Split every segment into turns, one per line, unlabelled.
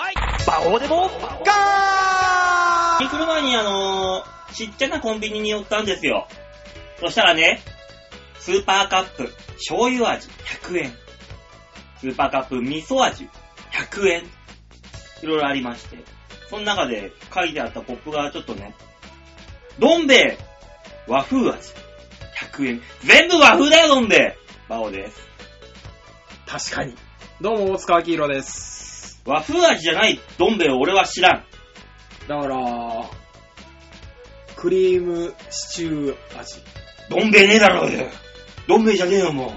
ここでも、ガー
来る前にあのーちっちゃなコンビニに寄ったんですよ。そしたらね、スーパーカップ醤油味100円。スーパーカップ味噌味100円。いろいろありまして。その中で書いてあったポップがちょっとね、どん兵衛和風味100円。全部和風だよ、どん兵衛バオです。
確かに。どうも、大塚明宏です。
和風味じゃないどん兵衛を俺は知らん。
だから、クリームシチュー味。
どん兵衛ねえだろうよ。どん兵衛じゃねえよ、も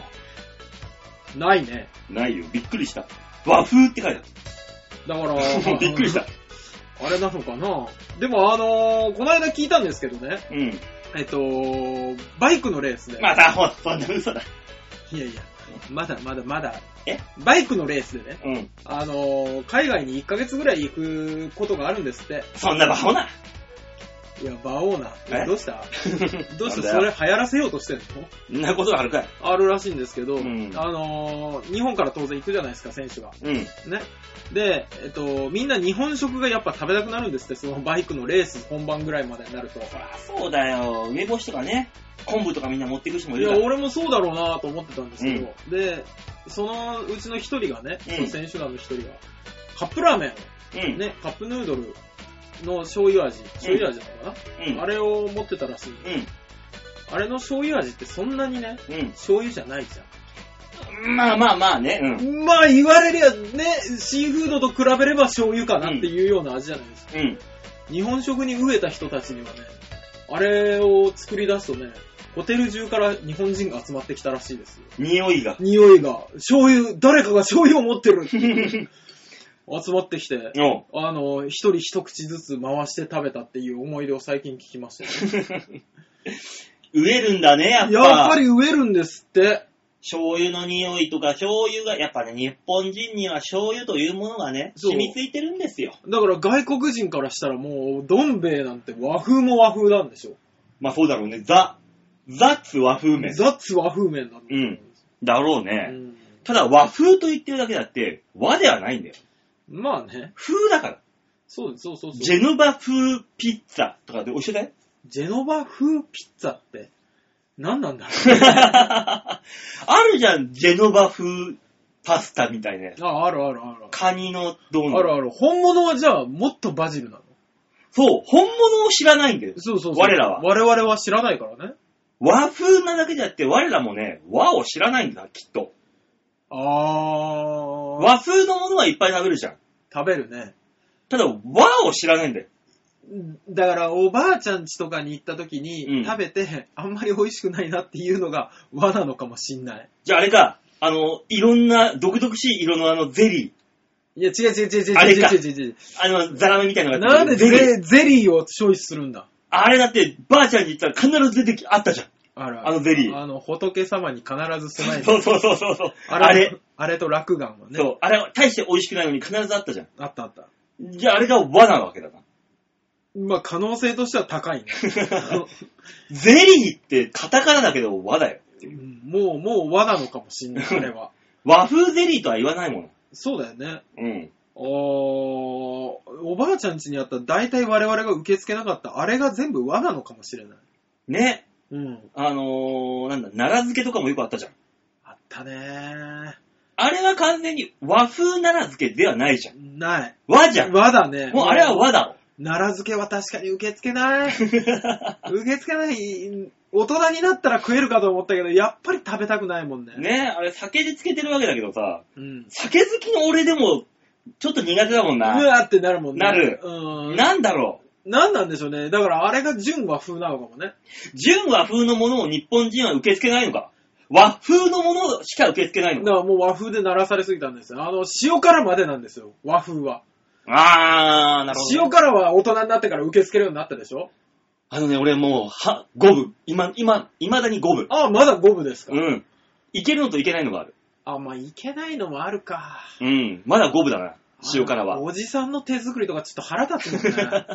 う。
ないね。
ないよ、びっくりした。和風って書いて
だ から
ある。、びっくりした。。
あれなのかなでも、あのー、この間聞いたんですけどね、
うん。
えっと、バイクのレースで。
また、ほら、そんな嘘だ。
いやいや、まだまだまだ。
え
バイクのレースでね、
うん。
あのー、海外に1ヶ月ぐらい行くことがあるんですって。
そんなバホ な。
いや、バオーナ。
え
どうしたどうして
なん
そ
だ
れ
よ
流行らせようとしてんの
そんなことがあるかい。
あるらしいんですけど、
うん
あのー日本から当然行くじゃないですか、選手が。
うん。
ね。で、えっと、みんな日本食がやっぱ食べたくなるんですって、そのバイクのレース本番ぐらいまでになる
そ
と。
りゃそうだよ。梅干しとかね、昆布とかみんな持っていく人もい
い
る
や
か、ら。
俺もそうだろうなと思ってたんですけど、で、そのうちの一人がね、
うん
その選手団の一人が、カップラーメ
うん。
ン、ね、カップヌードルの醤油味、醤油味なのか
う
な、
ん。
あれを持ってたらしい。あれの醤油味ってそんなにね、
うん。うん
醤油じゃないじゃん。
まあまあまあね。うん。
まあ言われりゃね、シーフードと比べれば醤油かなっていうような味じゃないですか。
うん。
日本食に飢えた人たちにはね、あれを作り出すとね、ホテル中から日本人が集まってきたらしいですよ。
匂いが。
匂いが、醤油、誰かが醤油を持ってる集まってきて、
おう
あの、一人一口ずつ回して食べたっていう思い出を最近聞きましたね、
植えるんだね、やっぱ。
やっぱり飢えるんですって。
醤油の匂いとか、醤油が、やっぱね、日本人には醤油というものがね、
そう
染みついてるんですよ。
だから外国人からしたらもう、どん兵衛なんて和風も和風なんでしょ。
まあそうだろうね。ザ、ザッツ和風麺。
ザッツ和風麺なんだと思うんです
だろう
よ、
ね。
うん
ただ和風と言ってるだけだって、和ではないんだよ。
まあね、
風だから。
そうですそうそうそう。
ジェノバ風ピッツァとかで一緒だ よ。
ジェノバ風ピッツァって何なんだろ
あるじゃん、ジェノバ風パスタみたいなやつ。
う あ、あるあるある。
カニのドーナ
ある
ツ。
ある。本物はじゃあもっとバジルなの
そう、本物を知らないんだよ。
そうそうそう。
我らは
我々は知らないからね。
和風なだけじゃなくて、我らもね、和を知らないんだ、きっと。
あー。
和風のものはいっぱい食べるじゃん。
食べるね。
ただ、和を知らないんだよ。
だから、おばあちゃん家とかに行った時
う
に
ん
食べて、あんまり美味しくないなっていうのが和なのかもしんない。
じゃああれか、あの、いろんな、毒々しい色のあの、ゼリー。
いや、違う違う違う違う
あれ
違
か
う違う違う。
あの、ザラメみたいなのが
なんでゼ
リー。
ゼリーをチョイスするんだ
あれだって、ばあちゃんに言ったら必ず出てき、あったじゃん。
あら
あのゼリー
あの、仏様に必ず備えて。
そうそうそうそうそう。あれ
あれ、あれと落眼はね。
そう。あれは大して美味しくないのに必ずあったじゃん。
あったあった。
じゃああれが和なわけだな。
まあ、可能性としては高いね。
ゼリーってカタカナだけど和だよ。
うん もう、もう和なのかもしんない、あれは。
和風ゼリーとは言わないもの。
そうだよね。
うん。
おーおばあちゃん家にあった大体我々が受け付けなかったあれが全部和なのかもしれない。
ね。
うん。
あのー、なんだ、奈良漬けとかもよくあったじゃん。
あったね
あれは完全に和風奈良漬けではないじゃん。
ー。ない。
和じゃん。
和だね。
もうあれは和だろ。
奈良漬けは確かに受け付け ない。受け付けない。大人になったら食えるかと思ったけど、やっぱり食べたくないもんね。
ねあれ酒で漬けてるわけだけどさ、
うん。
酒好きの俺でも、ちょっと苦手だもん
う
な。
わーってなるもんね。
なる
うん。な、
なんだろ
なんなんでしょうね。だからあれが純和風なのかもね。
う。純和風のものを日本人は受け付けないのか。和風のものしか受け付けない
だ
の
か
か。
らもう和風で鳴らされすぎたんですよ。あの、塩辛までなんですよ。和風は。
あー、なるほどね、
塩辛は大人になってから受け付けるようになったでしょ
あのね、俺もう、は、五分。今、今、未だに五分。
ああ、まだ五分ですか。
うん。いけるのといけないのがある。
あ、まあ、いけないのもあるか。
うん。まだ五分だな、塩辛
あ
は。
おじさんの手作りとかちょっと腹立つもんね。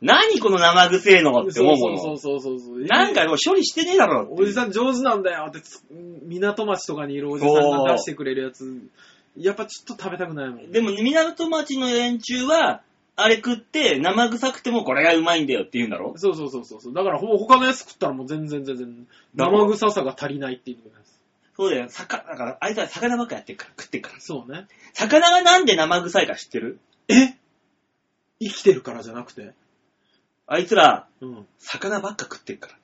何この生臭いのって思うもの。
そうそうそうそうそう。
なんかもう処理してねえだろっていう
おじさん上手なんだよってつ、港町とかにいるおじさんが出してくれるやつ、やっぱちょっと食べたくないもん。
でも、港町の連中は、あれ食って生臭くてもこれがうまいんだよって言うんだろ
そうそうそうそうそう。だからほ他のやつ食ったらもう全然全然生臭さが足りないっていうことです。
そうだよ。魚、だから、あいつは魚ばっかやってるから、食ってるから。
そうね。
魚がなんで生臭いか知ってる
え生きてるからじゃなくて。
あいつら、
うん。
魚ばっか食ってるから。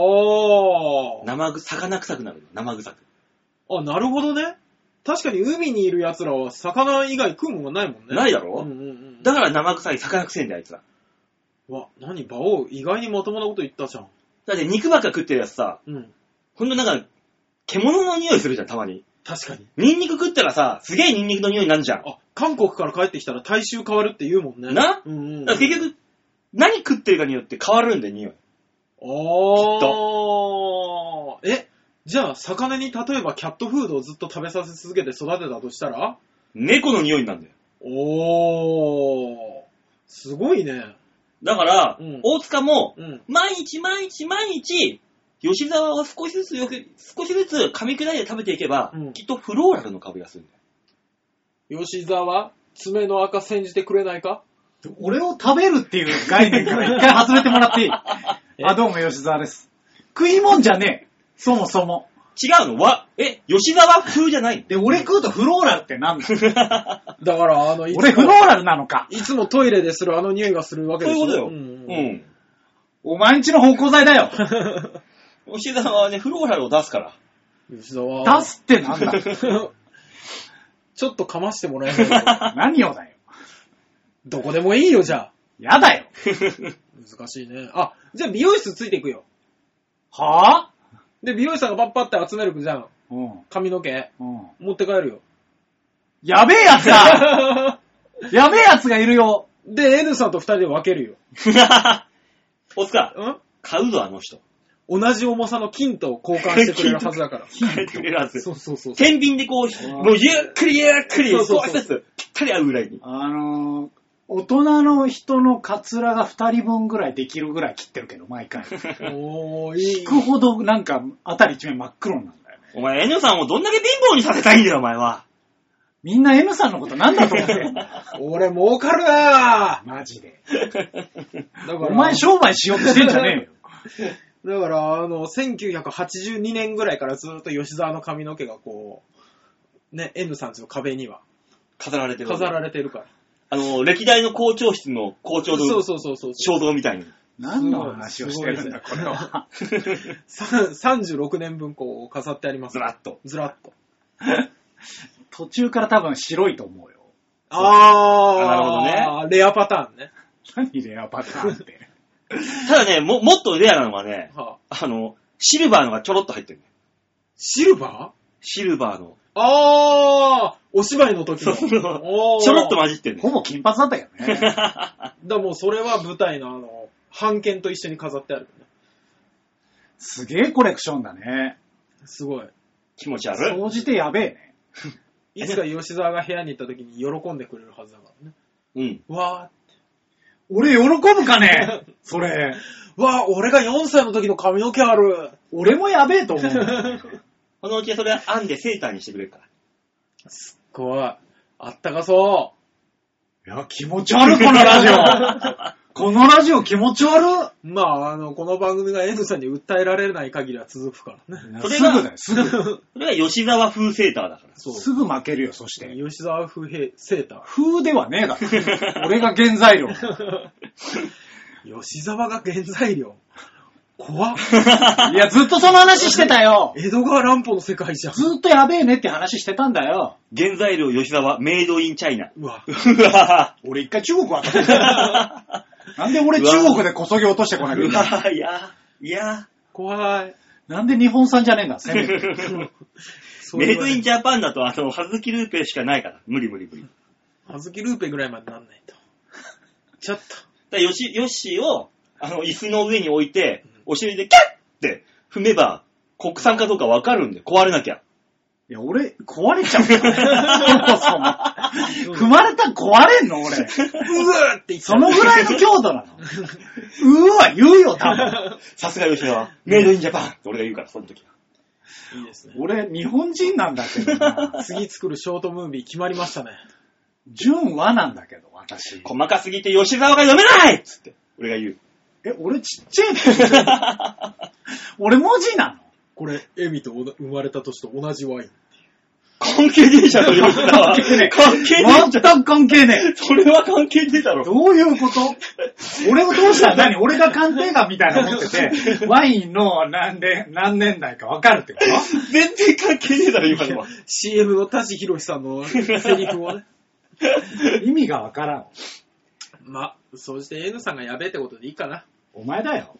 あー。
生ぐ、魚臭くなるの、生臭く。
あ、なるほどね。確かに海にいる奴らは魚以外食うもんがないもんね。
ないだ
うん
ろ、
うんうん。
だから生臭い、魚臭いんだよ、あいつら。
うわ、何馬王意外にまともなこと言ったじゃん。
だって肉ばっか食ってるやつさ、
うん。
ほんとなんか、獣の匂いするじゃん、たまに。
確かに。
ニンニク食ったらさ、すげえニンニクの匂いになるじゃん。
あ、韓国から帰ってきたら体臭変わるって言うもんね。
な
うんうん、うん。
だから結局、何食ってるかによって変わるんだよ、匂い。
あー。え、じゃあ、魚に例えばキャットフードをずっと食べさせ続けて育てたとしたら
猫の匂いになるんだよ。
おー。すごいね。
だから、
うん
大塚も、
うん。
毎日毎日毎日、吉沢を少しずつよく、少しずつ噛み砕いて食べていけば、
うん
きっとフローラルの香りがするんだよ。
吉沢、爪の赤煎じてくれないか
俺を食べるっていう概念から一回外れてもらっていい
え
あ、どうも吉沢です。食いもんじゃねえ。そもそも。
違うのわ、え、吉沢風じゃない
で、俺食うとフローラルってなん だ
だから、あの、い
俺
つ
フロ
も、
ーラルなのか。
いつもトイレでするあの匂いがするわけ
そう
で
いうこと
す
よ。
う
うん
うん
ん。
お前んちの芳香剤だよ。
吉沢はね、フローラルを出すから。
吉沢。
出すってなんだ
ちょっとかましてもらえないか
何をだよ。
どこでもいいよ、じゃあ。
やだよ。
難しいね。あ、じゃあ美容室ついていくよ。
はぁ、
で、美容師さんがパッパって集めるじゃん。
うん。
髪の毛。
うん。
持って帰る よ。
やべえやつ だやべえやつがいるよ。
で、N さんと二人で分けるよ。
大塚、
ん
買うぞ、あの人。
同じ重さの金と交換してくれるはずだから。
買ってくれるはず。
そうそうそう。
天秤でこう、
ー
もうゆっくりゆっくり、
そうそ
そ
うそうう
一つ、ぴったり合うぐらいに。
あのー、大人の人のカツラが2人分ぐらいできるぐらい切ってるけど、毎 回。引
おー、いい。
くほど、なんか、あたり一面真っ黒になるんだよね。
お前、N さんをどんだけ貧乏にさせたいんだよ、お前は。
みんな N さんのことなんだと思ってる
俺儲かるな
マジで。
ぁだから、
お前商売しようとしてんじゃねえ
だ
よ。
から、あの、1982年ぐらいからずっと吉沢の髪の毛がこう、ね、N さんちの壁には
飾られてる。
飾られてるから。
あの、歴代の校長室の校長
そ
の
うそうそうそう。
肖像みたいに。
何の話をしてるんだ、これは。
さん36年分こう飾ってあります
ず。らっと。
ずらっと。
途中から多分白いと思うよ。
あー、
なるほ
どね。レアパターンね。
何レアパターンって。
ただね、も、もっとレアなのはね、
はあ、
あの、シルバーのがちょろっと入ってる。
シルバー
シルバーの。
あー、お芝居の 時
そ
の。
う
ち
ちょろっと
だか
混じってる
ほぼ金髪だったけどね。
らもうそれは舞台のあの、版権と一緒に飾ってある、ね。
すげえコレクションだね。
すごい。
気持ち悪い。
総じてやべえね。
いつか吉沢が部屋に行った時に喜んでくれるはずだからね。
うん。
わ
俺喜ぶかねそれ。
ー、わー、俺が4歳の時の髪の毛ある。
俺もやべえと 思うんだよね。
このうちそれ編んでセーターにしてくれ るから。
怖い。あったかそ
いや、気持ち悪い、この ラジオ。このラジオ気持ち悪
う。まあ、あの、この番組が N さんに訴えられない限りは続くからね。
い。
それ
す
が
ぐだよ、すぐ。
それが吉沢風セーターだから。
そう。
すぐ負けるよ、そして。
吉沢風平セータ
風ではねえだろ。俺が原材料。
ー。吉沢が原材料。 怖っ。
いや、ずっとその話してたよ。
江戸川乱歩の世界じゃん。
ずっとやべえねって話してたんだよ。
原材料吉沢、メイドインチャイ ナ。
うわ。
うわ
俺一回中国渡って た。なんで俺中国でこそぎ落としてこなきゃい
ぁ。
け
う
ない
わぁ、いやいや
怖い。
なんで日本産じゃねえん だ、せめて。
そう
メ
い
イドインジャパンだと、あの、はずきルーペしかないから。無理無理無理。
あずきルーペぐらいまでなん ないと。ちょっと。
だからヨシ、ヨッシーを、あの、椅子の上に置いて、お尻でキャッって踏めば、国産かどうかわかるんで、壊れなきゃ。
いや、俺、壊れちゃ うから。そも そも。踏まれたら壊れんの
う
俺。
わーって言った
そのぐらいの強度なの。うーわ、言うよ、多分。
さすが吉沢。メイドインジャパンって俺が言うから、その時は。
いいですね。
俺、日本人なんだけどな。
次作るショートムービー決まりましたね。
純和なんだけど、私。
細かすぎて吉沢が読めないっつって、俺が 言う。
え、俺ちっちゃい の俺文字なの
これ、エミとおな生まれた年と同じワイン。
関係ねえじゃん、吉沢。関
関
係ね
係
えじ
ねえ
ゃん。
全く関係ねえ。
それは関係ねえだろ。
どういうこと俺をどう したら何俺が鑑定官みたいな思って て、ワインの何年、何年代か分かるってこと
全然関係ねえだろ、今のは。
CM の田地博さん のセリフをね。
意味が分からん。
まあ、そうして N さんがやべえってことでいいかな。
お前だよ。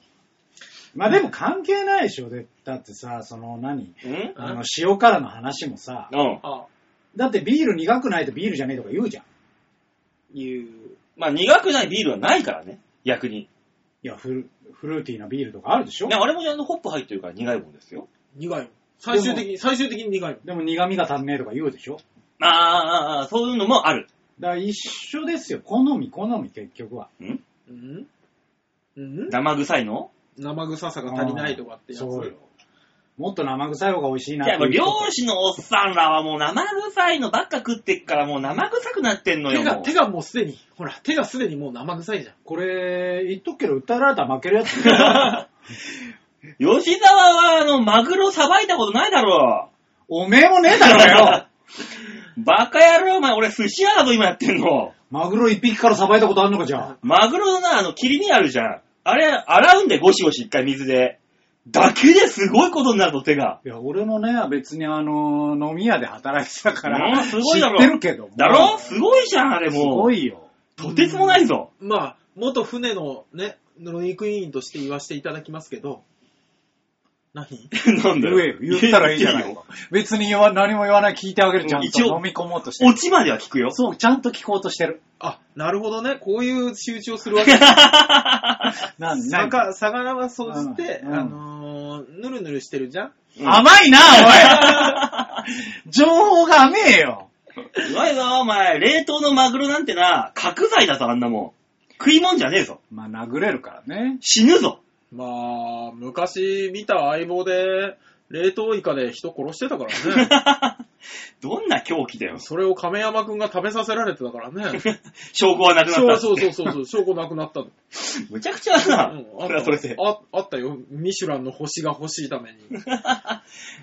まあでも関係ないでしょ。でだってさ、その何
うん
あの、塩辛の話もさ、
うん。
ああ、
だってビール苦くないとビールじゃねえとか言うじゃん。
いう。
まあ苦くないビールはないからね、逆に。
いや、フルフルーティーなビールとかあるでしょ
ね、あれもちゃんとホップ入ってるから苦いもんですよ。
苦いもん。最終的に、最終的に苦いもん。
でも苦味が足んねえとか言うでしょ
ああああ、そういうのもある。
だから一緒ですよ。好み、好み、結局は。
うんうん
生臭いの
生臭さが足りないとかってやつ。
そうよ。もっと生臭い方が美味しいなっ
いや、もう
ていう
漁
人
師のおっさんらはもう生臭いのばっか食ってっからもう生臭くなってんのよ。
手が、
もう
手がもうすでに、ほら、手がすでにもう生臭いじゃん。
これ、言っとくけど、訴えられたら負けるやつ だよ
吉沢はあの、マグロさばいたことないだろ
おめえもねえだ ろよ
う。 バカ野郎、お前、俺寿司屋だぞ、今やってんの。
マグロ一匹からさばいたことあんのか、じゃあ。
マグロのな、あの、切り身あるじゃん。あれ、洗うんで、ゴシゴシ一回水で。だけですごいことになるぞ、手が。
いや、俺もね、別にあの、飲み屋で働いてたから、
うんすごいだろ
知ってるけども。
だろすごいじゃん、あれ
すご
もう。
いよ。
とてつもない ぞ。
まあ、元船のね、乗組員として言わせていただきますけど、何
なんだ
言え
よ
よ。。言ったらいいじゃない
よ。
別に言わ何も言わない聞いてあげる、ちゃんと
一応
飲み込もうとして
落
る。
ちまでは聞くよ。
そう、ちゃんと聞こうとしてる。
あ、なるほどね。こういう集中をするわけ。
なん、なんか、
魚魚はそうして、
うんうん
あのー、ぬるぬるしてるじゃん
うん
甘いな、 おい情報が甘えよ。
うまいぞ、お前。冷凍のマグロなんてな、角材だぞ、あんなもん。食いもんじゃねえぞ。
まあ、殴れるからね。
死ぬぞ。
まあ、昔見た相棒で、冷凍イカで人殺してたからね。
どんな狂気だよ。
それを亀山くんが食べさせられてたからね。
証拠はなくなった
そ
っ
う
つって。
そうそうそうそう、証拠なくなったの。
むちゃくちゃだな。
うん
そ
あ
れはそれで。
ああったよ。ミシュランの星が欲しいために。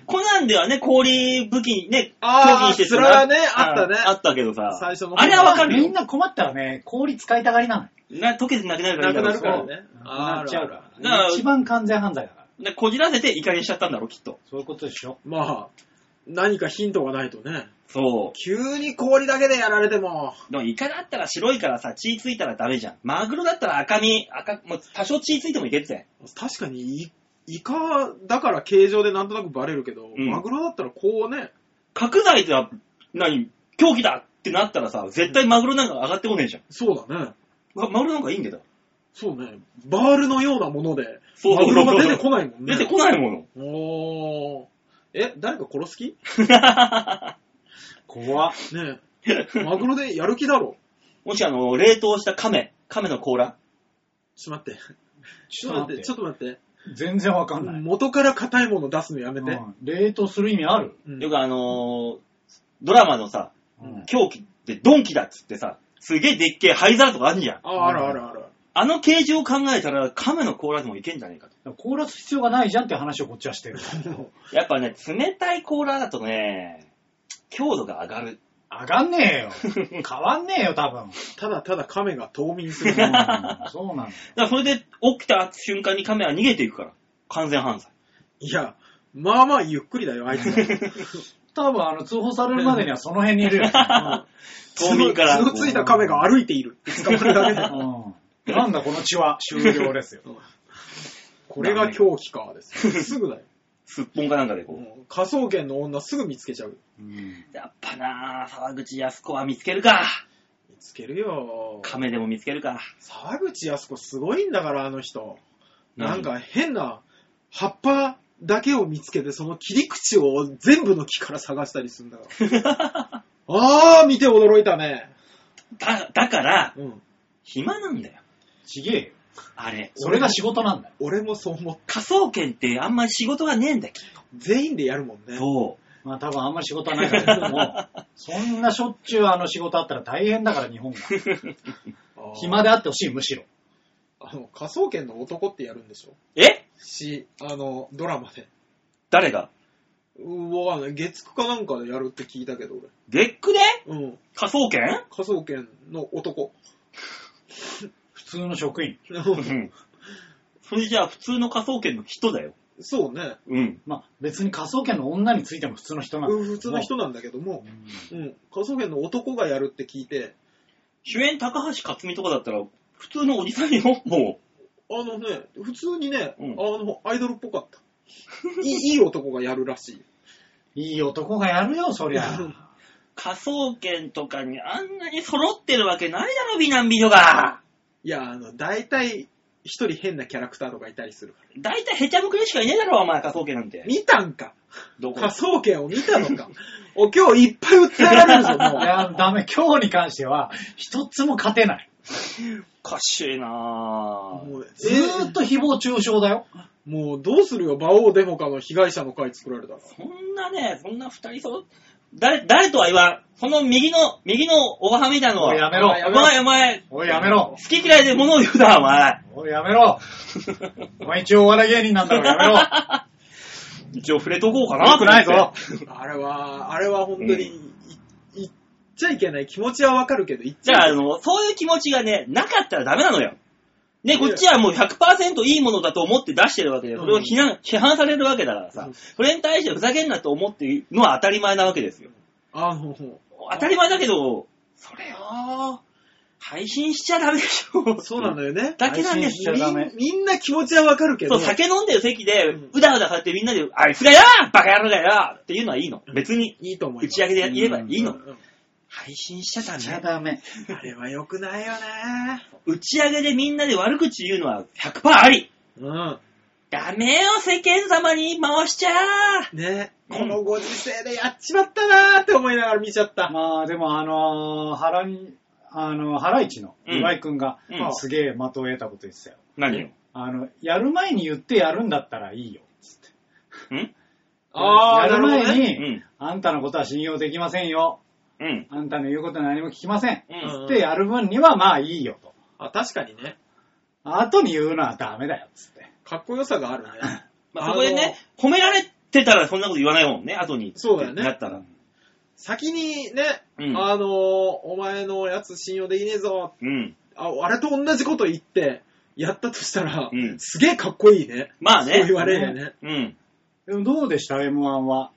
コナンではね、氷武器にね、
あ
狂
ー
気にして
それはねあったね
あったけどさ。
最初の方
あれはわかる
み
よ
ん。な困ったらね、氷使いたがりなのよ。
な溶けてなくなるからい
ない
だ
く
ろう
なるからね。
な
あ
っ
る
ち
あ
ゃう
るある
か。
だからら
一番完全犯罪だから。
そうでこじらせてイカにしちゃったんだろ、きっと。
そういうことでしょ。
まあ、何かヒントがないとね。
そ
急に氷だけでやられても。
う。でもイカだったら白いからさ、血ついたらダメじゃん。マグロだったら赤身、赤、もう多少血ついてもいけるぜ。
確かにイ、イカだから形状でなんとなくバレるけど、
ん
マグロだったらこうね、
角材ってな何狂気だってなったらさ、絶対マグロなんか上がってこねえじゃん。
そうだね。
わマグロなんかいいんだよ。
そうね。バールのようなもので、
そう
マ
そう
グ
そう
ロが出てこないもん
出
ね。
てこないもの。
おー。え、誰か殺す気
怖っ。
ねえ。マグロでやる気だろ。
もしあの、冷凍した亀、亀の甲羅。
ちょっと待って。ち
ち
ょ
ょ
っ
っ
と
と
待っ、
待ってて、
ちょっと待って。
全然わかんない。
元から硬いもの出すのやめて。
うん冷凍する意味ある、
うん
よくあのードラマのさ、
うん
狂気ってドンキだっつってさ、すげえでっけえ灰皿とかあるじゃん。
あ、あるあるある。
あの形状を考えたら亀の甲羅でもいけんじゃねえかと。
凍らす必要がないじゃんって話をこっちはしてる。
やっぱね、冷たい甲羅だとね、強度が上がる。
上がんねえよ。変わんねえよ、多分。
ただただ亀が冬眠す
う
る
ん。そうなの。
だからそれで起きた瞬間に亀は逃げていくから。完全犯罪。
いや、まあまあゆっくりだよ、あ いつら。
多分、あの、通報されるまでにはその辺にいるよ。
冬眠から
角ついた亀が歩いているって捕まるだけ だよ。
うん。なんだ、この血は。終了ですよ。
これが狂気か、ですよ。すぐだよ。
すっぽんかなんかでこう。
もう科捜研の女すぐ見つけちゃう。
うん。
やっぱなぁ、沢口靖子は見つけるか。
見つけるよ。
亀でも見つけるか。
沢口靖子すごいんだから、あの人。
何
なんか変な葉っぱだけを見つけて、その切り口を全部の木から探したりするんだから。あー、見て驚いたね。
だ、だから、
うん。
暇なんだよ。
ちげえよ。
あれ。
それが仕事なんだよ。
俺もそう思っ
科捜研ってあんまり仕事がねえんだけ
全員でやるもん
ど。
ね。
そう。
まあ多分あんまり仕事はないから、でも、そんなしょっちゅうあの仕事あったら大変だから日本が。
あー
暇であってほしい、むしろ。
あの、科捜研の男ってやるんでしょ
え
し、あの、ドラマで。
誰が
うん、わかんない。月9かなんかでやるって聞いたけど、
月ックで
俺。うん。
科捜研
科捜研の男。
普通の職員。
うん。それじゃあ普通の科捜研の人だよ。
そうね。
うん。
まあ別に科捜研の女についても普通の人なんだけ
うん
ど
普通の人なんだけども
う、ん
うん。科捜研の男がやるって聞いて、
主演高橋克実とかだったら、普通のおじさんよ、も
あのね、普通にね、
うん
あの、アイドルっぽかった。いいい い男がやるらしい。
いい男がやるよ、そりゃ。
う。科捜研とかにあんなに揃ってるわけないだろ、美男美女が。
いや、あの、大体、一人変なキャラクターとかいたりするから。
だいたいヘチャムクレしかいねえだろ、お前、科捜研なんて。
見たんか
どこ
科捜研を見たのかお、今日いっぱい訴えられ るぞ、
い
もう。
や、ダメ。今日に関しては、一つも勝てない。
おかしいなぁ。
もう
ずーっと誹謗中傷だよ。
えもうどうするよ、馬王デモカの被害者の会作られたら。
そんなね、そんな二人揃っ誰、誰とは言わん。その右の、右のおばはみだの
お
は。
い、やめろ。
お前、お前、
おい、やめろ
好。き嫌いで物を言うな、お 前。
おい、やめろ。お前一応お笑い芸人なんだろ、やめろ。
一応触れとこうかな。
悪くないぞ。。
あれは、あれは本当に、い言っちゃいけない気持ちはわかるけど、言っち
じゃあ、
ゃ
あ
いけない。
の、そういう気持ちがね、なかったらダメなのよ。ね、こっちはもう100%いいものだと思って出してるわけで、
うん
それを批判、批判されるわけだからさ
うん、
それに対してふざけんなと思っているのは当たり前なわけですよ。
あの、
当たり前だけど、それを、配信しちゃダメでしょ。
そうなのよね。
だけなんです
配信しちゃダメ
みんみんな気持ちはわかるけ
そ
ど
う、、酒飲んでる席で
うん、
うだうだされてみんなで、あいつがよバカ野郎だよっていうのはいいの。別に、
いいと思い
打
ます。
ち上げで言えばいい
うん
の。
うん
配信しちゃ
じゃ
ダメ。
ダメ。
あれは良くないよね。
打ち上げでみんなで悪口言うのは100%あり。
うん。
ダメよ、世間様に回しちゃー
ね、
うん
このご時世でやっちまったなーって思いながら見ちゃった。
まあでもあのー、原に、あのー、原市の岩井くんが、
うんうん
すげえ的を得たこと言ってたよ。
何よ
あの、やる前に言ってやるんだったらいいよ、つって。
ん
あー
やる
なるほ
前
ど
に、
うん。
あんたのことは信用できませんよ。
うん。
あんたの言うことは何も聞きません。
うん
つってやる分にはまあいいよと。
あ、確かにね。
後に言うのはダメだよ、つって。
かっこよさがあるね。
まあ、そこでね、褒められてたらそんなこと言わないもんね、後に。
そうだよね
なったら。
先にね、
うん
あのーお前のやつ信用できねえぞ。
うん。
あ、あれと同じこと言って、やったとしたら、
うん
すげえかっこいいね。
まあ
そう言
ね。
われるよね。
うん。
でもどうでした ?M1 は。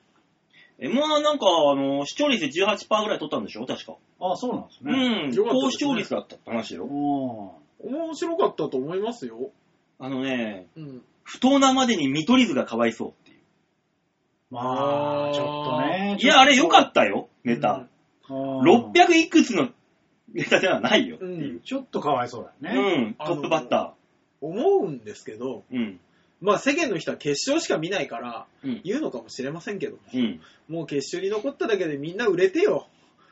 M1 なんか、あの、視聴率18%ぐらい取ったんでしょ確か。
あ、そうなんです
う
ね。
ん。
よかった
高
ですね
視聴率だったって話よ。
お
面白かったと思いますよ。
あのね、
うん。
不当なまでに見取り図がかわいそうっていう。
ーまあ、ちょっとね。
いや、あれ良か
っ
ったよ、ネタ。
た。うん
600いくつのネタではないよっていう。
ちょっとかわいそうだ
う
よね。
ん、トップバッタ
思うんですけど、
ー。うん。
まあ世間の人は決勝しか見ないから
うん。
言うのかもしれませんけど、
うん。
もう決勝に残っただけでみんな売れてよ。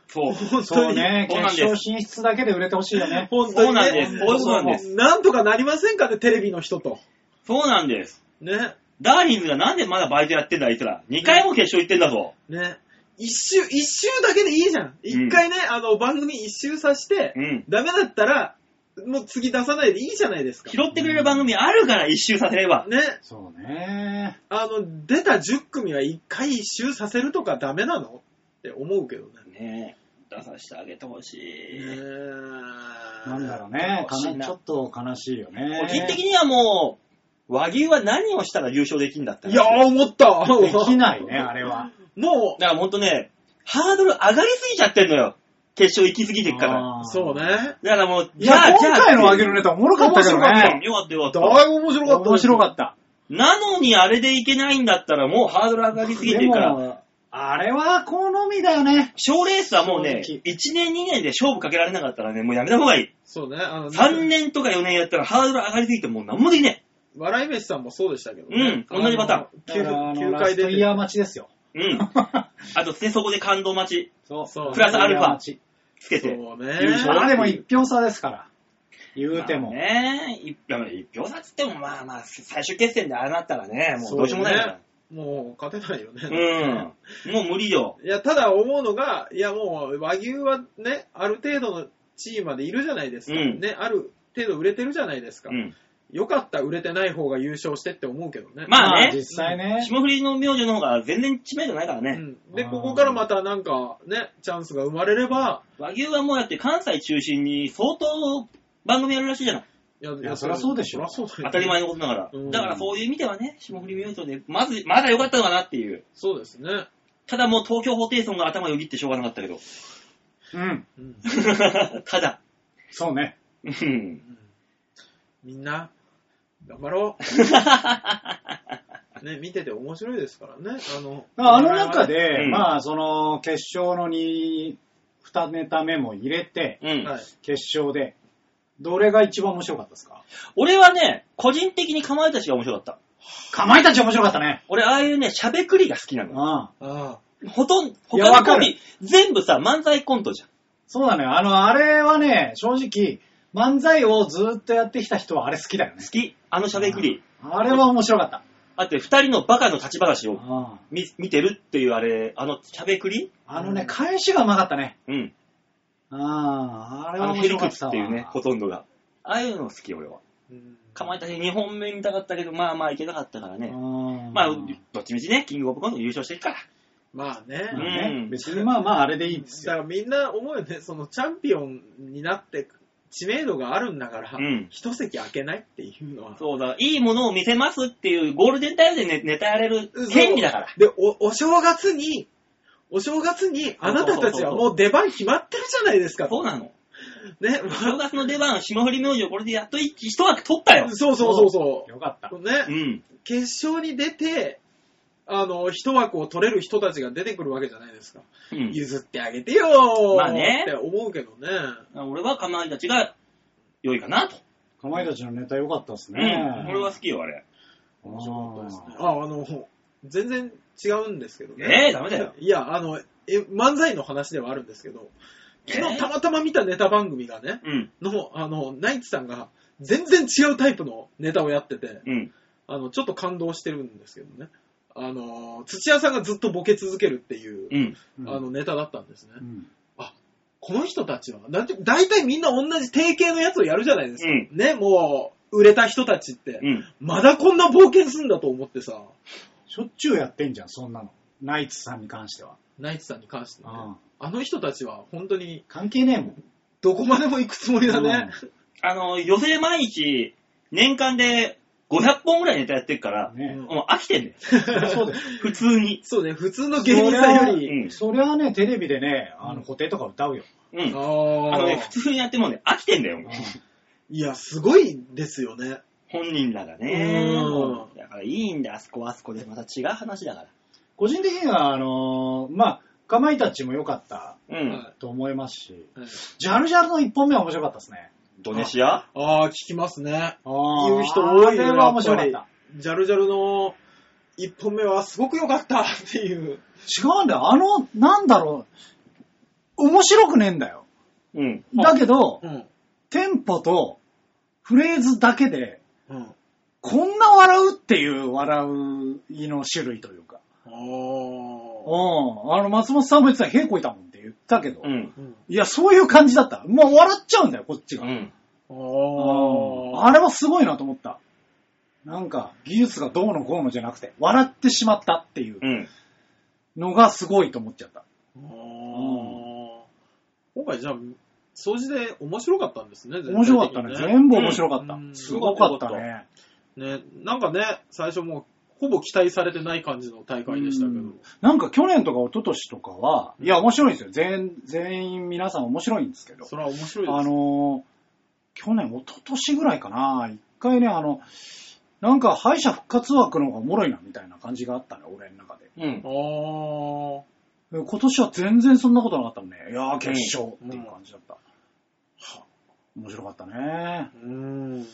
そう。
本
そ
当
う
に。
ね。
そう
決
なんです
勝進出だけで売れてほしいよね。
本当
そう
に
なん
ね
です。
本当にね
そうなんです。
なんとかなりませんかね、テレビの人と。
そうなんです。
ね。
ダーリンズがなんでまだバイトやってんだ、あいつら。2回も決勝行ってんだぞ。
ね。一周、一周だけでいいじゃん。一回ね、あの、番組一周さして、
うん。
ダメだったら、もう次出さないでいいじゃないですか。
拾ってくれる番組あるから一周させれば。
ね。
そうね。
あの、出た10組は一回一周させるとかダメなのって思うけどね。
ねえ、出させてあげてほしい。
ね
なんだろうね。
欲しい
か
な
なちょっと悲しいよね。
個人的にはもう、和牛は何をしたら優勝できんだって
いやー、思った。
できない ね、あれは。
も
だからほんとね、ハードル上がりすぎちゃってんのよ。決勝行き過ぎてっから。
あー
う、そう。ね。
だからもう、
いや、今回の
和
上
牛
げるネタおもろかったけど
面白か
ね。
よかったよかった。
だいぶ面白かった。
面白かった。
なのにあれでいけないんだったらもうハードル上がりすぎて
で
るから、
も、あれは好みだよね。
賞レースはもうね、
正
1年2年で勝負かけられなかったらね、もうやめた方がいい。
そうね。あの、
3年とか4年やったらハードル上がりすぎてもう何もできね
笑い飯さんもそうでしたけどね。
うん同じパターン
だからあ
9、
の
9
ラ
回
ス
出
ト
て
イヤー待ちですよ。
え。うん。あと、ね、そこで感動待ち
そう
そう
プラスアルファ
イヤー待ち
つけて。
そうね。
優勝
あれも一票差ですから。言うても。
まあね一票、一票差つってもまあまあ、最終決戦でああなったらね、もうどうしようもないか
もう勝てないよね。
ら。 うん。もう無理よ。
いや、ただ思うのが、いやもう和牛はね、ある程度の地位までいるじゃないですか。
うん
ね、ある程度売れてるじゃないですか。
うん。
よかった、売れてない方が優勝してって思うけどね。
まあね
実際ね。
霜降りの明星の方が全然知名度ないから
う
ね。
ん、で、ここからまたなんかね、チャンスが生まれれば、
和牛はもうだって関西中心に相当番組やるらしいじゃない。
いや、い
いやそりゃそうでしょ
そりゃそうだよ
当たり前のことながら。
うん
だからそういう意味ではね、霜降り明星で、まず、まだ良かったのかなっていう。
そうですね。
ただもう東京ホテイソンが頭よぎってしょうがなかったけど。
うん。
うん
ただ。
そうね。
うん。
みんな、頑張ろ う。ね、見てて面白いですからね。あの、
あの中で、
うん
まあ、その、決勝の2、2ネタ目も入れて、
うん。
はい。
決勝で、どれが一番面白かったですか
俺はね、個人的にかまいたちが面白かった。
かまいたち面白かったね。
俺、ああいうね、しゃべくりが好きな
う
の。
ん。
ああ、
ほとんど、
いや
他のコン
わ
ビ、全部さ、漫才コントじゃん。
そうだね。あの、あれはね、正直、漫才をずっとやってきた人はあれ好きだよね
好。きあのしゃべくり。
あれは面白かった。
あって、二人のバカの立ち話を
うん。
見見てるっていうあれ、あのしゃべくり
あのね、返しがうまかったね。
うん。
うん。あ
あ
れは
の
面
ヘリ
白か
ク
っ
ツ
た
っ
わ
ていうね、ほとんどが。ああいうの好き、俺は。
うん
かまいたち2本目見たかったけど、まあまあいけなかったからね。
うん
まあ、どっちみちね、キングオブコント優勝してるから。
まあね。
まあね
うん
別にまあまああれでいいです
だ
よ。
からみんな思うよね、そのチャンピオンになって知名度があるんだから、
うん
一席空けないっていうのは。
そうだ、いいものを見せますっていうゴールデンタイムでネネタやれる権利だから。
で、お、お正月に、お正月にあなたたちはもう出番決まってるじゃないですか。
そうなの。
ね、
正月の出番、霜降り明星、これでやっと一一枠取ったよ。
そうそうそうそ
よかった。
う。ね
う、ん。
決勝に出て、あの、一枠を取れる人たちが出てくるわけじゃないですか。
うん
譲ってあげてよー
まあね
って思うけどね。
俺はかまいたちが良いかなと。
かまいたちのネタよかったです
う
ね。
ん。俺は好きよ、あれ。
面白かったですね。
あー
あ、あの、全然違うんですけどね。
ええダメだよ。
いや、あの、え漫才の話ではあるんですけど、昨
え
日
ー
たまたま見たネタ番組がね、
うん。
の、あの、ナイツさんが全然違うタイプのネタをやってて、
うん。
あの、ちょっと感動してるんですけどね。あの、土屋さんがずっとボケ続けるっていう、
うん。
うん
あの、ネタだったんですね。
うん
この人たちは、だって、大体みんな同じ定型のやつをやるじゃないですか。
うん
ね、もう、売れた人たちって、
うん。
まだこんな冒険すんだと思ってさ、
しょっちゅうやってんじゃん、そんなの。ナイツさんに関しては。
ナイツさんに関してね、
うん
あの人たちは本当に
関係ねえもん。
どこまでも行くつもりだね。
あの、予選毎日、年間で500本ぐらいネタやってるから、
ね
もう飽きてんだよ。
そうです。
普通に。
そうね、普通の芸人さんより。
うん。
そりゃあね、テレビでね、あの、固定とか歌う よ。
うん。
あ
あのね、
ー
普通にやってもね、飽きてんだよ。
いや、すごいですよね。
本人らが
う
ね
ん。
だからいいんだよ、あそこはあそこでまた違う話だか
個人的には、あのー、まあ、かまいたちも良かった
ら。うん。
は
と思いますし、
いはい
ジャルジャルの1本目は面白かったですね。
ドネシア
ああ、聞きますね。
あ
言う人多い
あ
ね。
れ
や
は
っ
面
ぱ
白かっ
り
た。
ジャルジャルの一本目はすごく良かった っていう。
違うんだよ。あの、なんだろう。面白くねえんだよ。
うん。
だけど、
ん。
テンポとフレーズだけで、
うん。
こんな笑うっていう笑いの種類というか。う
あ
ん。あの、松本さんも言ってた、平子いたもんって言ったけど、
うん。
あ。うん。
いや、そういう感じだった。もう笑っちゃうんだよ、こっちが。
うん。
うん
ああ。
あれはすごいなと思った。なんか、技術がどうのこうのじゃなくて、笑ってしまったっていう
うん。
のがすごいと思っちゃった。
あー今回じゃあ、掃除で面白かったんですね。
面白かったね。
全体的に
全部面白かった。
うん
すごかったね。
ね。なんかね、最初もう、ほぼ期待されてない感じの大会でしたけど。
うんなんか去年とか一昨年とかは、いや、面白いんですよ。全全員皆さん面白いんですけど。
それは面白いです。
あのー、去年、一昨年ぐらいかな、一回ね、あの、なんか敗者復活枠の方がおもろいな、みたいな感じがあったね、俺の中で。
うん。
あ
今年は全然そんなことなかったもんね。いやー、決勝っていう感じだった。は面白かったね。だか
あ。うん。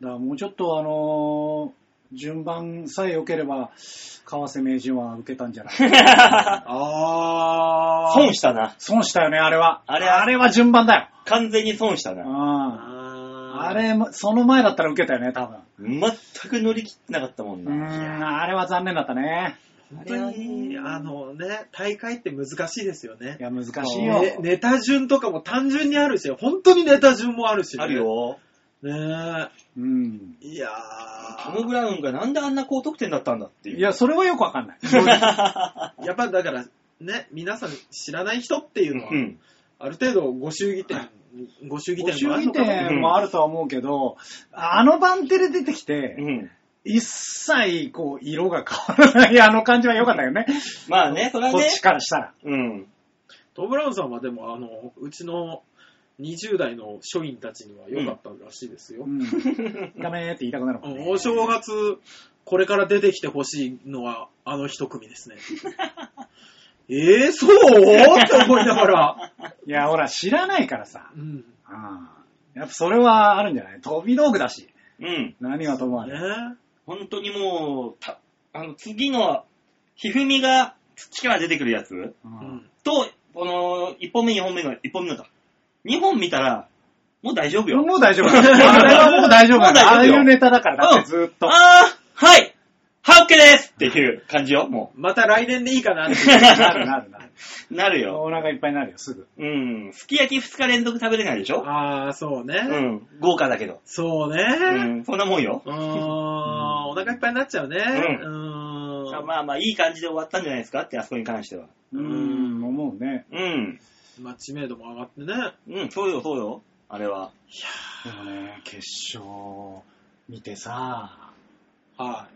らもうちょっとあのー順番さえ良ければ、川瀬名人は受けたんじゃないか
あー。
損したな。
損したよね、あれは。
あれ
あれは順番だよ。
完全に損したな。
あ
あ
あれも、その前だったら受けたよね、多分。
全く乗り切ってなかったもん
うー
な。
ん、あれは残念だったね。
本当に、あのね、大会って難しいですよね
い。や、難しいよ。
ねネタ順とかも単純にあるし、本当にネタ順もあるし、ね。
ある。よ。
ね
うん。
え。いや
トム・
ー。
ブラウンがなんであんな高得点だったんだっていう。
いや、それはよくわかんない。
やっぱだから、ね、皆さん知らない人っていうのは、
うん。
ある程度ご祝儀点、ご祝儀
ご
点もあ
祝
る
儀
のかな
点もあるとは思うけど、あの番手で出てき
う
て、
ん。
一切こう、色が変わらないあの感じは良かったよね。
まあね、それは
こ
ね
っ。ちからしたら。
うん。
トム・ブラウンさんはでも、あの、うちの20代の署員たちには良かったらしいですよ
う。ん、ダメーって言いたくなるもんね。
お正月、これから出てきてほしいのは、あの一組ですね。えー、そうって思いながら。
いや、ほら、知らないからさ。
うん。ね
うん。やっぱそれはあるんじゃない飛び道具だし。
うん。
何はともあれ。
本当にもう、た、あの、次の、ひふみが土から出てくるやつ
う
うんん。
と、この、1本目、2本目の、1本目のだ。2本見たら、もう大丈夫よ。
も う大丈夫だ。あれはもう大丈夫
も
だ。
う大丈夫
ああいうネタだから、だってずっ
あ
と。
ー、はいはい、OK ですっていう感じよ、も
また来年でいいかなって。
なるなるなる。
う。なるよ。
お腹いっぱいになるよ、すぐ。
うん。すき焼き2日連続食べれないでしょ
あー、そうね。
うん。豪華だけど。
そうね。
うん。そんなもんよ。
うーん、お腹いっぱいになっちゃうね。
う
うーん。
まあまあ、いい感じで終わったんじゃないですかって、あそこに関しては。
う、
うん
思うね。
うん。
まあ、知名度も上がってね。
うん、そうよ、そうよ。あれ は。
でもね、決勝見てさ、
は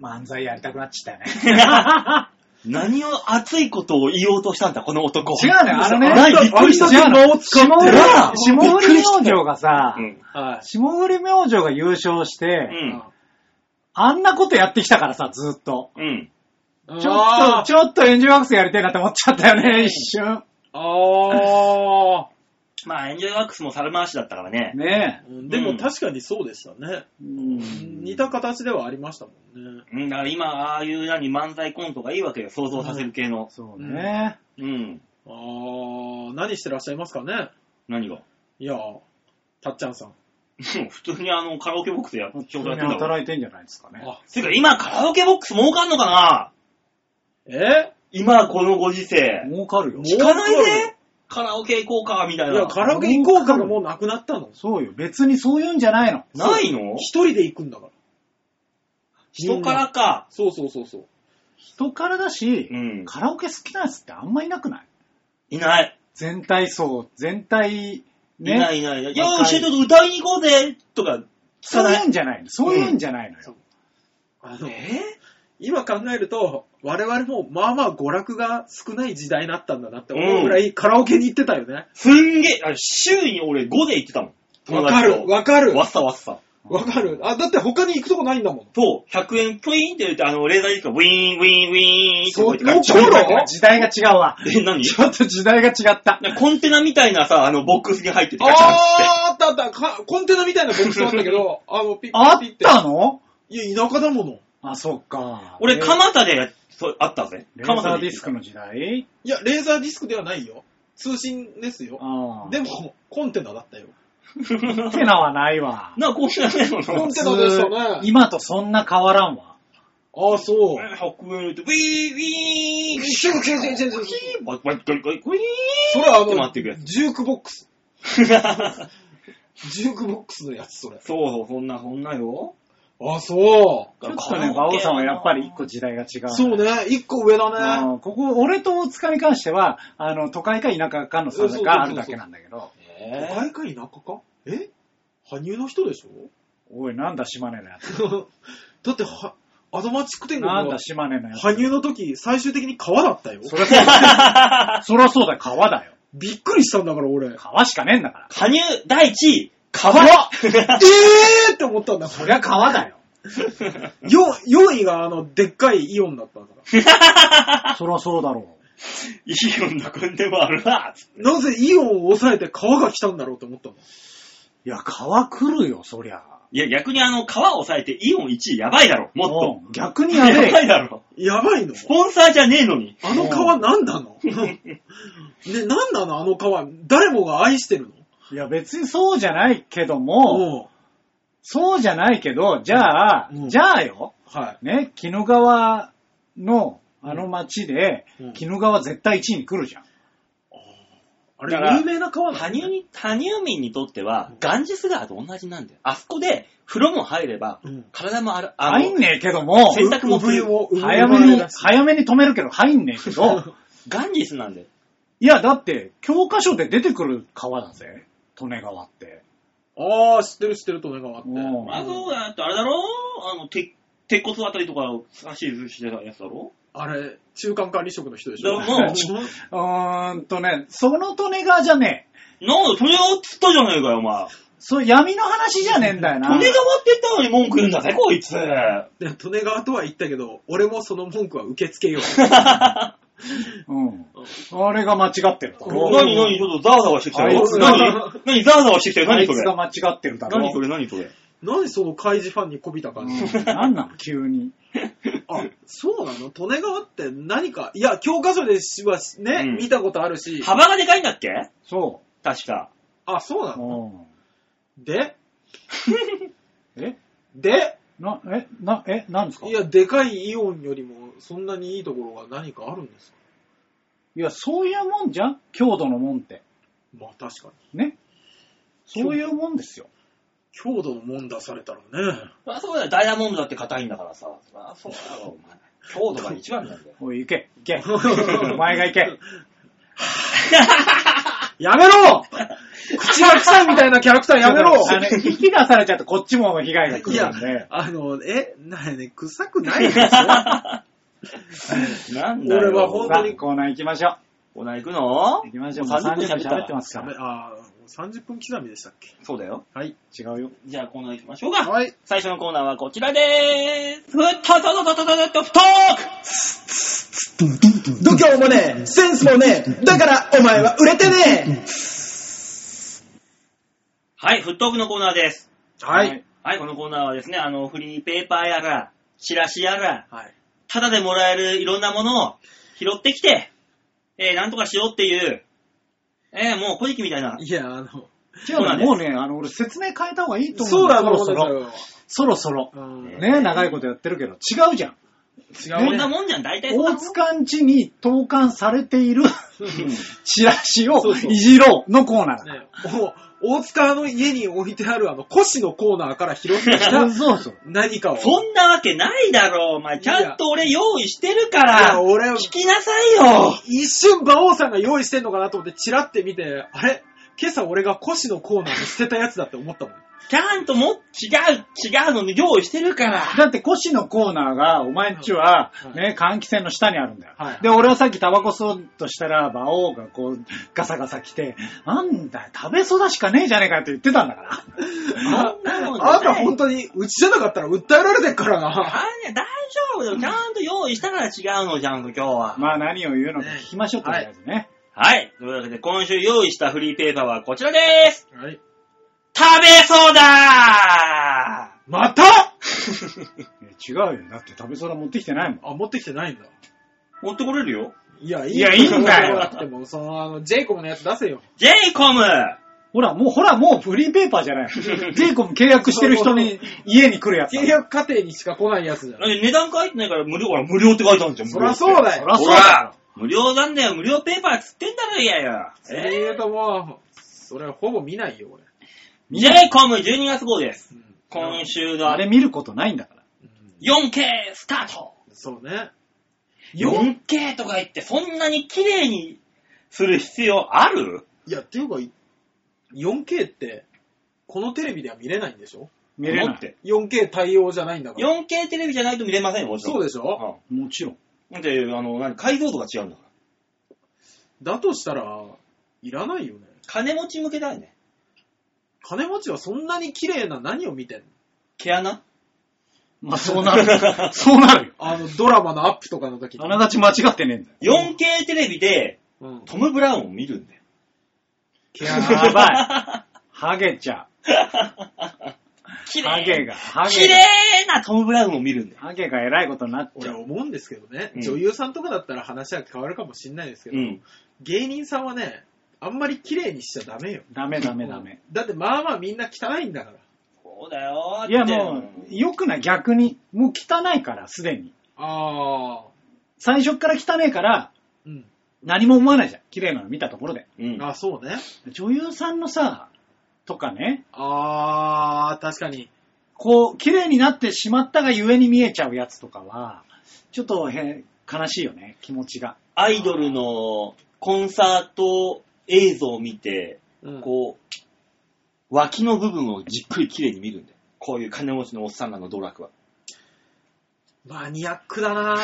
漫才やりたくなっちゃったよね。
何を熱いことを言おうとしたんだ、この男。
違うね、あのね、
ないびっくりした
違うの。霜降り
なあ
霜降り明星がさ
う、ん。
い。はい。
霜降り明星が優勝し
う
て、
ん。
あんなことやってきたからさ、ずっと。
うん。
うん
ちょっと、ちょっとエンジンワークスやりたいなって思っちゃったよね、一瞬。
あ
まあ、エンジョイワックスも猿回しだったからね。
ね
ー。でも確かにそうでしたね。
え。
似た形ではありましたもんね。
うん、だから今、ああいう何、漫才コントがいいわけよ。想像させる系の。
そうね。
うん。
あー、何してらっしゃいますかね
何が
いやー、たっちゃんさん。
うん普通にあの、カラオケボックスでやって、
普通
曲
に
やってんだから。
働いてんじゃないですかね。
あ、
てか、今、カラオケボックス儲かんのかな
え
今、このご時世。
儲かるよ。
儲
聞かないでカラオケ行こうか、みたい
いや、
な。
カラオケ行こうかがもうなくなったの。
そうよ。別にそういうんじゃないの。
ないの
一人で行くんだから。
人からか。
そうそうそうそう。
人からだし、
うん。
カラオケ好きなやつってあんまいなくない
いない。
全体層、全体、ね。
いないいない。いや、
若い
教えて歌いに行こうぜとか、聞か
そう
ない
い。うんじゃないの。そういうんじゃないの
そう
よ。
あ
え
の、今考えると、我々もまあまあ娯楽が少ない時代になったんだなって思うぐらいカラオケに行ってたよね。
すんげえ、あ週に俺5で行ってたもん。
わかる、わかる、
わ
わ
っさわっさ。
かる。あ、だって他に行くとこないんだもん。
と、100円プイーンって言って、あの、レーザーディスクがウィーン、ウィーン、ウィーンって動いて
そ
か
う
ら、
ちょっと 時代が違うわ。
え、何
ちょっと時代が違った。
コンテナみたいなさ、あの、ボックスに入ってて、ガチャンって。
あーあったあったか、コンテナみたいなボックスあったけ ど、あの、ピッピ
あ
ッ
っ
ピッって。
たの
いや、田舎だもの。
あ、そっか。
俺、
レ
蒲田でや、そう、あったぜ。
レー
蒲
ザ
田
ーディスクの時代
いや、レーザーディスクではないよ。通信ですよ。
ああ。
でも、コンテナだったよ。
コンテナはないわ。
な、こうしなね、
コンテナでしたね。
今とそんな変わらんわ。
ああ、そう。
100円って、ウィーン、ウィーン、
シュッシュッシュッシュッシュッ
バッバッバッバッバッ
それはあ
ちょっと
の
待ってくれ、
ジュークボックス。
そう
ジュークボックスのやつ、それ。
そう、そんな、そんなよ。
ああ、そう。
ちょっとね、馬王さんはやっぱり一個時代が違う。
そうね、一個上だね。
うんここ、俺と大塚に関しては、あの、都会か田舎かの差があるだけなんだけど、
都会か田舎かえ羽生の人でし
おい、なんだ島根のやつ。
ょ だって、は、アドマチック天国
なん
は
だ、島根のやつ。
羽生の時、最終的に川だったよ。
そりゃそうだよ。そりゃそうだよ、川だよ。
びっくりしたんだから、俺。え
川しかねえんだから。
加入第1位、
川
川
ーって思ったんだか
そ
ら。
りゃ川だよ。
よ4位が、あの、でっかいイオンだったんだから。
そりゃそうだろ
いいよ、どこにでもあるな。
なぜイオンを抑えて川が来たんだろうと思ったの。
う。いや、川来るよ、そりゃ。
いや、逆にあの、川を抑えてイオン1位やばいだろ、もっ
うん逆に
と。
やべえ
ばいだろ。
やばいの
スポンサーじゃねえのに。
あの川なんなのね、なんなのあの川。誰もが愛してるの
いや、別にそうじゃないけども、
おう
そうじゃないけど、じゃあ、
うん
じゃあよ、
は
ね、鬼怒川のあの町で、
うん
鬼怒川絶対1位に来るじゃん。
い。あれ、
だから
有名な川な
羽
んだ
生
ね
に、羽生民にとっては、ガンジス川と同じなんだよ。あそこで、風呂も入れば、
うん
体もある、あ
入ん
の、
ねえけども、
洗濯も
産湯を、産湯
早
を
め
入れ
に、
出す
早めに止めるけど入んねえけど、
ガンジスなんだよ。
いや、だって、教科書で出てくる川だぜ、利根川って。
ああ、知ってる知ってる、利根川って。
うん
あ、そうだってあれだろあの、鉄、鉄骨あたりとか、足ずしてたやつだろ
あれ、中間管理職の人でしょ。
だからもう
うーんとね、その利根川じゃねえ。
なんだ、それをつったじゃねえかよ、お前。
そう、闇の話じゃねえんだよ
利
な。
根川って言ったのに文句言うんだぜ、こいつ。
でも利根川とは言ったけど、俺もその文句は受け付けよう。
うん。あれが間違ってるだ
お
ろ
う。
何、何、ちょっとザワザワしてきた
あ
よ
いつ。が
何、何、ザワザワしてきたよ、
あ
何
いつ
それ。
が間違ってるだろ。
何それ、何それ。
何その開示ファンにこびた感じ。
うん何なの、急に。
あ、そうなの利根川って何か、いや、教科書でしはね、
うん
見たことあるし、
幅がでかいんだっけ
そ
確か。
あ、そうな
う。
の
うん
で、
え
で、
な、え、な、え、なんですか
い
いや、
や、でかいイオンよりも、そんなにいいところが何かあるんですか
そういうもんじゃん郷土のもんって。
まあ確かに。
ね。そういうもんですよ。
強度のもん出されたらね。
そりゃそうだよ、ダイヤモンドだって硬いんだからさ。そりゃそうだろ、お前。強度が一番 なんだよ。
おい、行け、行け。お前が行け。
やめろ口が臭いみたいなキャラクターやめろ
あの引き出されちゃってこっちも被害が来
い
る
や
んで、。
あの、え、なにね、臭くないでしょ
なんだよ。
俺は本
さ
当
あ、
に
コーナー行きましょ
コーナー行くの
う。行きましょう。
も
も
う
う
30分
30分
喋っ
喋ってて
ま
ますす
か
か
ダメあ
ら。
ー、30分刻みでしたっけ
そうだよ。
はい。
違うよ。
じゃあコーナー行きましょうか。
はい。
最初のコーナーはこちらでーす。ふったたたたたたたふとー
度胸もねえ、センスもねえ、だからお前は売れてね
くはい、フットークのコーナーです。
えはい。。
はい、このコーナーはですね、あの、フリーペーパーやら、チラシやら、
はい。
タダでもらえるいろんなものを拾ってきて、えー、なんとかしようっていう、えー、もう小力みたいな。
いや、あの、
違
そうなん
う
です
もうね、あの、俺説明変えた方がいいと思う。
そうだ
そ
と
ろ
思
そろ。
うん
そろそろ。
だ
ね
よ。
ね、長いことやってるけど、違うじゃ
違
ん。
こ
うんね
な。もんじゃん、大体そんな
大
もん。
塚んちに投函されているチラシを
そうそう
いじろうのコーナーだ。
ねもう大塚の家に置いてあるあの、古紙のコーナーから拾ってきた
そうそう。
何かを。
そんなわけないだろう、お前。ちゃんと俺用意してるか
い
ら
や、。俺、
聞きなさいよ。
一瞬馬王さんが用意してんのかなと思ってチラって見て、あれ今朝俺が古紙のコーナーに捨てたやつだって思ったもん。
ちゃんとも、違う、違うのに用意してるから。
だって、コシのコーナーが、お前んち
は
は
い、
ね、換気扇の下にあるんだよ。
はい
で、俺はさっきタバコ吸おうとしたら、馬王がこう、ガサガサ来て、なんだよ、食べそだしかねえじゃねえかよって言ってたんだから。
あんなのじゃない
あんた本当に、うちじゃなかったら訴えられてっからな。
あんね、大丈夫だよ。ちゃんと用意したから違うの、ちゃんと今日は。
まあ、何を言うのか聞きましょう、とりあえずね。
はい。というわけで、今週用意したフリーペーパーはこちらです。
はい。
食べそうだ
ま た
いや違うよ。だって食べそだ持ってきてないも
あ、
ん。
持ってきてないんだ。
持ってこれるよ。
いや、い
いやいいんだよ
なくても、その、あの、ジェイコムのやつ出せよ。
ジェイコム
ほら、もう、ほら、もうフリーペーパーじゃない。税込契約してる人に、家に来るやつだ。
契約家庭にしか来ないやつじゃん。
値段書いてないから無料、ほら、無料って書いてあるじゃん。
そらそうだ
そ
よ。
ら
無料って
そう
ほ
だよ
ら。、無料なんだよ。無料ペーパーっつってんだろ、いやよ。
それ言うともう、それほぼ見ないよ、俺。
ジェイコム12月号です。
うん
今週の
あれ見ることないんだから。
うん
4K スタート
そうね。よ
4K とか言ってそんなに綺麗にする必要ある
いや、っていうか、4K って、このテレビでは見れないんでしょ
見れ
思っ
ない。
て。
4K 対応じゃないんだから。
4K テレビじゃないと見れませんよ、もちろん。
そう
で
でしょ
もちろん。
だって、あの、何、解像度が違うんだから。
だとしたら、いらないよね。
金持ち向けだよね。
金持ちはそんなに綺麗な何を見てんの
毛穴
まあ、そうなる。そうなる よ。
あの、ドラマのアップとかの時
あ
に。
ながち間違ってねえんだよ。
?4K テレビで
うん。
トム・ブラウンを見るんだよ。
やばい。ハゲちゃう。
綺
ハゲ
麗
が、ハ
綺
ゲが。
麗なトム・ブラウンを見るんだよ。
ハゲが偉いことになっち
俺
ゃう。
思うんですけどね、
うん
女優さんとかだったら話は変わるかもしんないですけど、
うん。
芸人さんはね、あんまり綺麗にしちゃダメよ。
ダメダメダメ。
だってまあまあみんな汚いんだから。
そうだよ
いやもう、良くない、逆に。もう汚いから、すでに。
ああ。
最初っから汚いから、
うん。
何も思わないじゃん。綺麗なの見たところで。
う、うん。
あそうね。
女優さんのさ、とかね、
ああ、確かに。
こう、綺麗になってしまったがゆえに見えちゃうやつとかは、ちょっとへ悲しいよね、気持ちが。
アイドルのコンサート映像を見て、
うん
こう、脇の部分をじっくり綺麗に見るんだよ。こういう金持ちのおっさんらの道楽は。
マニアックだな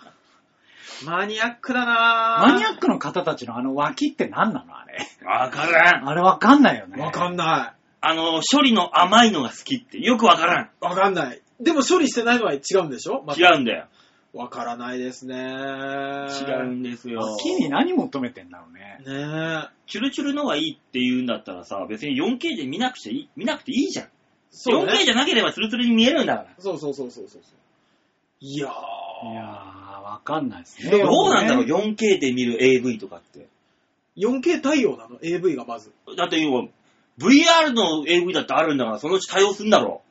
ぁマニアックだなぁ
マニアックの方たちのあの脇って何なのあれ。
わからん。
あれわかんないよね。
わかんな
あの、処理の甘いのが好きってよくわからん。
い。わかんない。でも処理してないのは違うんでしょまた
違うんだよ。
わからないですね。違
違う。んですよ。
脇に何求めてんだろうね。
ねえ。
チュルチュルのがいいって言うんだったらさ、別に 4K で見なくちゃいい、見なくていいじゃん。
そう
4K
ね。
じゃなければツルツルに見えるんだから。
そうそうそうそうそう。いやー。
いやー、わかんないですね。
でも
どうなんだろう、
ね
4K で見る AV とかって。
4K 対応なの ?AV がまず。
だって今、VR の AV だってあるんだから、そのうち対応するんだろ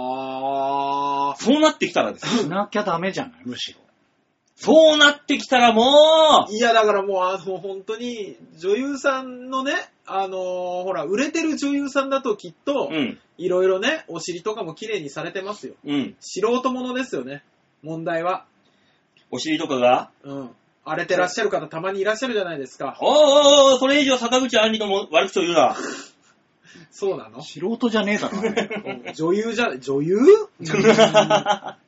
あ
う。そうなってきたらですよ。
しなきゃダメじゃないむしろ。
そうなってきたらも
ー。いや、だからもう、あの、本当に、女優さんのね、あのーほら、売れてる女優さんだときっと
う、、うん、
いろいろね、お尻とかも綺麗にされてますよ。
うん。
素人ものですよね。問題は。
お尻とかが、
うん。荒れてらっしゃる方たまにいらっしゃるじゃないですか。
おーおーおーそれ以上坂口あんりのも悪口を言うな。
そうなの
素人じゃねえだろ、あれ
うん女優じゃ、女優 うん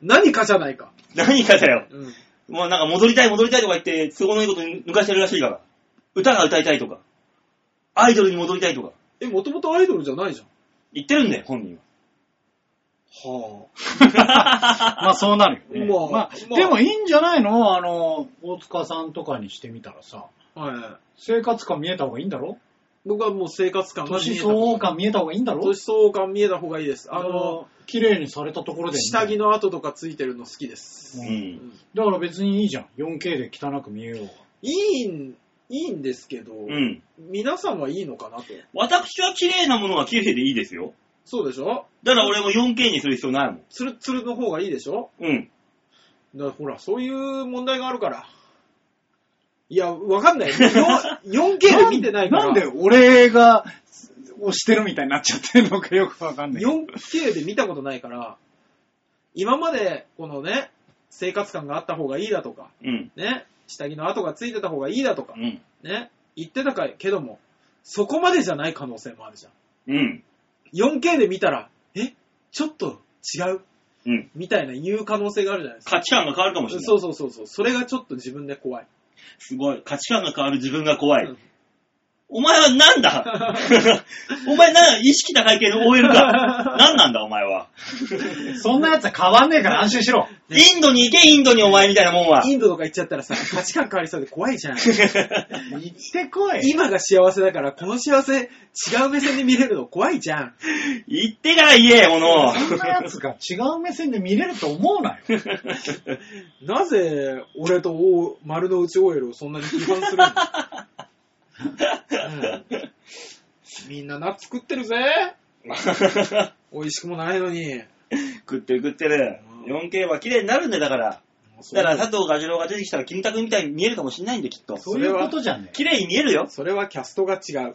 何かじゃないか。
何かだよ。
うん。
もうなんか戻りたい戻りたいとか言って、都合のいいこと抜かしてるらしいから。歌が歌いたいとか、アイドルに戻りたいとか、
え、もともとアイドルじゃないじゃん。
言ってるんだよ、本人は。
は
まあそうなるよね。
まあ
ま
ま
あ、
あ
でもいいんじゃないのあの、大塚さんとかにしてみたらさ、
あ。はい。
生活感見えた方がいいんだろ
僕はもう生活感が見え
年
た
相応感見えた方がいいんだろ
年相応感見えた方がいいです。
あ
あの、
の、綺麗にされたところで。
下着。の跡とかついてるの好きです。
う。
うん
うんん
だから別にいいじゃん。4K で汚く見えようが。
いいん、いいんですけど、
うん。
皆さんはいいのかなと。
私は綺麗なものは綺麗でいいですよ。
そうでしょ
だから俺も 4K にする必要ないもん。
ツルツルの方がいいでしょ
うん。
だからほら、そういう問題があるから。いや、わかんない。よ 4K で見てないから。
なんで俺が押してるみたいになっちゃってるのかよくわかんない。
4K で見たことないから、今までこのね、生活感があった方がいいだとか、
うん。
ね、下着の跡がついてた方がいいだとか
う、ん。
ね、言ってたかけども、そこまでじゃない可能性もあるじゃ
うん。
ん。4K で見たら、え、ちょっと違う
うん。
みたいな言う可能性があるじゃないですか。
価値観が変わるかもしれない。
そうそうそうそう。それがちょっと自分で怖い。
すごい。価値観が変わる自分が怖い。
うん
お前はなんだお前なん意識高い系の OL か。なんなんだお前は。
そんなやつは変わんねえから安心しろ。
インドに行け、インドにお前みたいなもんは。
インドとか行っちゃったらさ、価値観変わりそうで怖い じゃん。
行ってこい。
今が幸せだから、この幸せ、違う目線で見れるの怖いじゃん。
行ってから言え、も の。
そんなやつが違う目線で見れると思うなよ。
なぜ、俺と大丸の内 OL をそんなに批判するの、うんみんな夏食ってるぜ。美味しくもないのに。
食ってる食ってる。4K は綺麗になるんだよ、だから。だから佐藤ガジロウが出てきたら金太くんみたいに見えるかもしれないんで、きっと。
そういうことじゃねえ。
綺麗に見えるよ。
それはキャストが違う。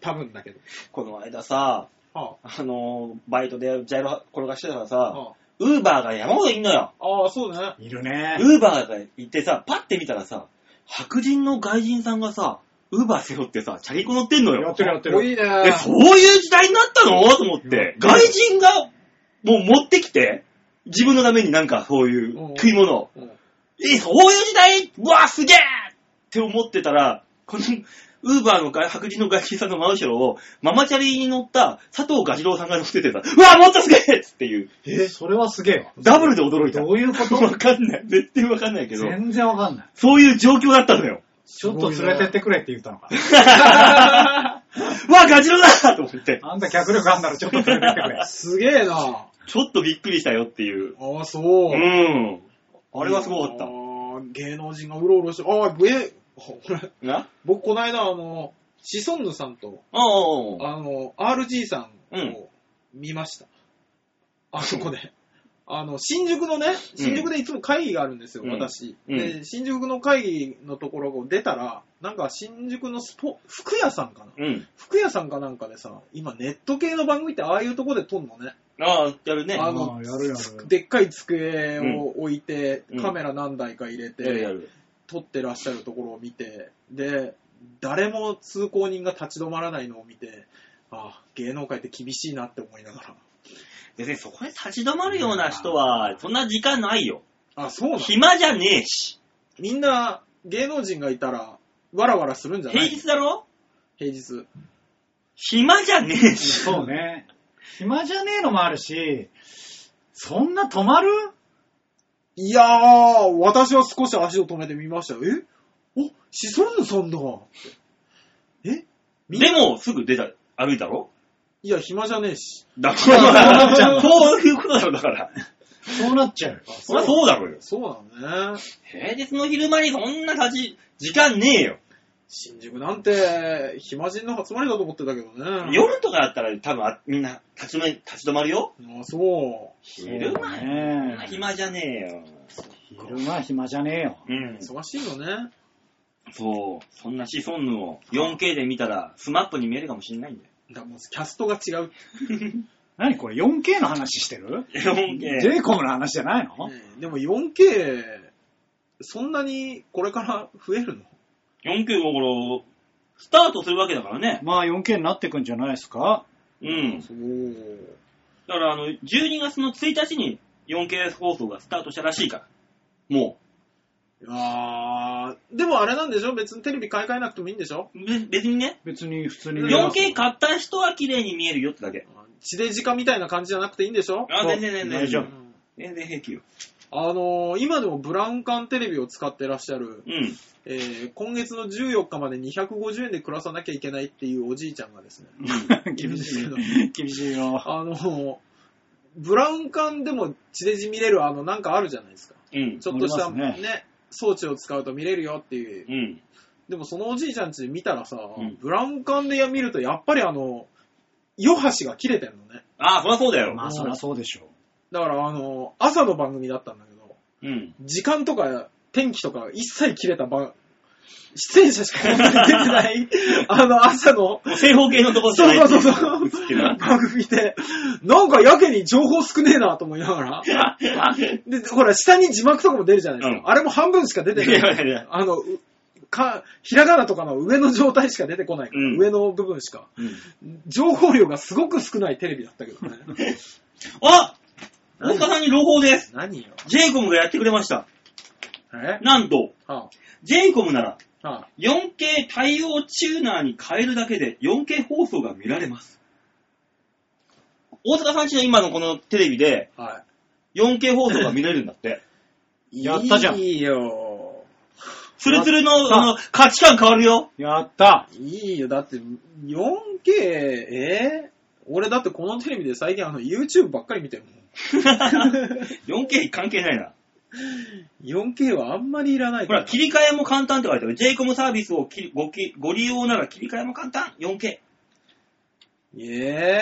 多分だけど。
この間さ、
あ
あのーバイトでジャイロ転がしてたら
あ
さ、
あ
ウーバーが山ほどいんのよ。
ああ、そうね。
いるね。
ウーバーが行ってさ、パッて見たらさ、白人の外人さんがさ、ウーバー背負ってさ、チャリコ乗ってんの
や
よ
って。るやって
かっこ
る。
いいね。
え、そういう時代になったのと思って。
うん
外人が、もう持ってきて、自分のためになんかそういう食い物を。
うん
え、そういう時代うわ、すげえって思ってたら、この、ウーバーの外白人の外人さんの真後ろを、ママチャリに乗った佐藤ガジロウさんが乗っててさ、うわ、もっとすげえっつっていう、
え、それはすげえわ。
ダブルで驚いた。
どういうこ
わ
と
かんない。絶対わかんないけど、
全然わかんない。
そういう状況だったの よ。
ちょっと連れてってくれって言ったのか。
うわ、ガジロウだと思って、
あんた脚力あんならちょっと連れてってくれ。
すげえな。あ
ちょっとびっくりしたよっていう。
あ、そう
う。ん。あれはすごかった
あ。ー芸能人がうろうろして、ああ、え、ほら、
な
僕この間あの、シソンヌさんと、
おうおうおう
あの、RG さ
う
ん
ん
を見ました。あそこで。あの、新宿のね、新宿でいつも会議があるんですよ、
うん
私、
うん
で、新宿の会議のところを出たら、なんか新宿のスポ、服屋さんかな
うん。
服屋さんかなんかでさ、今ネット系の番組ってああいうとこで撮んのね。
ああ、やるね。
あ
あ
の
ーやるやる
つでっかい机を置いて、
うん
カメラ何台か入れて、
やるやる。
撮ってらっしゃるところを見て、で、誰も通行人が立ち止まらないのを見て、ああ芸能界って厳しいなって思いながら。
別にそこで立ち止まるような人は、そんな時間ないよ。
あ、そうなの
暇じゃねえし。
みんな芸能人がいたら、わらわらするんじゃな
平
い
日だろ
平日。
暇じゃねえし。
そうね。暇じゃねえのもあるし、そんな止まる
いやー、私は少し足を止めてみましたよ。えお、シソンヌさんだ。えみんな
でも、すぐ出た、歩いたろ
いや、暇じゃねえし。
だから、 そういうことだろ、だから。
そうなっちゃうよ。
そりゃそうだろうよ。
そうなのね。
平日の昼間にそんな立ち、時間ねえよ。
新宿なんて、暇人の集まりだと思ってたけどね。
夜とかだったら多分あみんな立ち止め、立ち止まるよ。
あ、そう。
昼間そ
そう
んな
ね。
暇じゃねえよ。
昼間暇じゃねえよ。
うん。
忙しいのね。
そう。そんなシソンヌを 4K で見たら、スマップに見えるかもしれないんだよ。
だからもうキャストが違う。
何これ 4K の話してる
4K。
j イコムの話じゃないの
ねでも 4K、そんなにこれから増えるの
4K をこれ、スタートするわけだからね。
まあ 4K になってくんじゃないですか
うん。だ
そう。
からあの、12月の1日に 4K 放送がスタートしたらしいから。も
いやーでもあれなんでしょ別にテレビ買い替えなくてもいいんでしょ
う。べ別にね、
別に普通に見えます。
4K 買った人は綺麗に見えるよってだけ。
地デジ化みたいな感じじゃなくていいんでしょ
あ、
そう
全然全然。
大丈
う
夫
ん
全然平気よ。
あのー今でもブラウン管テレビを使ってらっしゃる、
うん。
えー今月の14日まで250円で暮らさなきゃいけないっていうおじいちゃんがですね、
厳しいよ。厳しいよ。
あのーブラウン管でも地デジ見れるあのなんかあるじゃないですか。
うん。
ちょっとした
ありま
ね
す
装置を使うと見れるよっていう。
うん。
でもそのおじいちゃんち見たらさ、
うん
ブラウン管で見るとやっぱりあの、夜端が切れてんのね。
ああ、そりゃそうだよ。
まあそりゃそうでしょう。
だからあの、朝の番組だったんだけど、
うん。
時間とか天気とか一切切れた番、出演者しか出てないあの朝の、
もう正方形のとこじゃない
そうそうそうそう
映ってるな
番組で、なんかやけに情報少ねえなと思いながら。 で、ほら、下に字幕とかも出るじゃないですか。
うん
あれも半分しか出て
いや
ない
やい
い
や。
あの、うか、ひらがなとかの上の状態しか出てこないから、
うん
上の部分しか。
うん
情報量がすごく少ないテレビだったけどね。
あ大塚さんに朗報です。
何よ。
j イコムがやってくれました。
え
なんと、
は
j イコムなら
あ、はあ、
4K 対応チューナーに変えるだけで 4K 放送が見られます。大塚さんちの今のこのテレビで
は
4K 放送が見れるんだ って。
い。
やったじゃん
いいよ。
ツルツルの
やった
あの価値観変わるよ。
やった
いいよ。だって、4K、えー俺だってこのテレビで最近あの YouTube ばっかり見てるもん。
4K 関係ないな。
4K はあんまりいらない
ほ
から。
ら、切り替えも簡単って書いてある。j イコムサービスをきごきご利用なら切り替えも簡単。4K。
え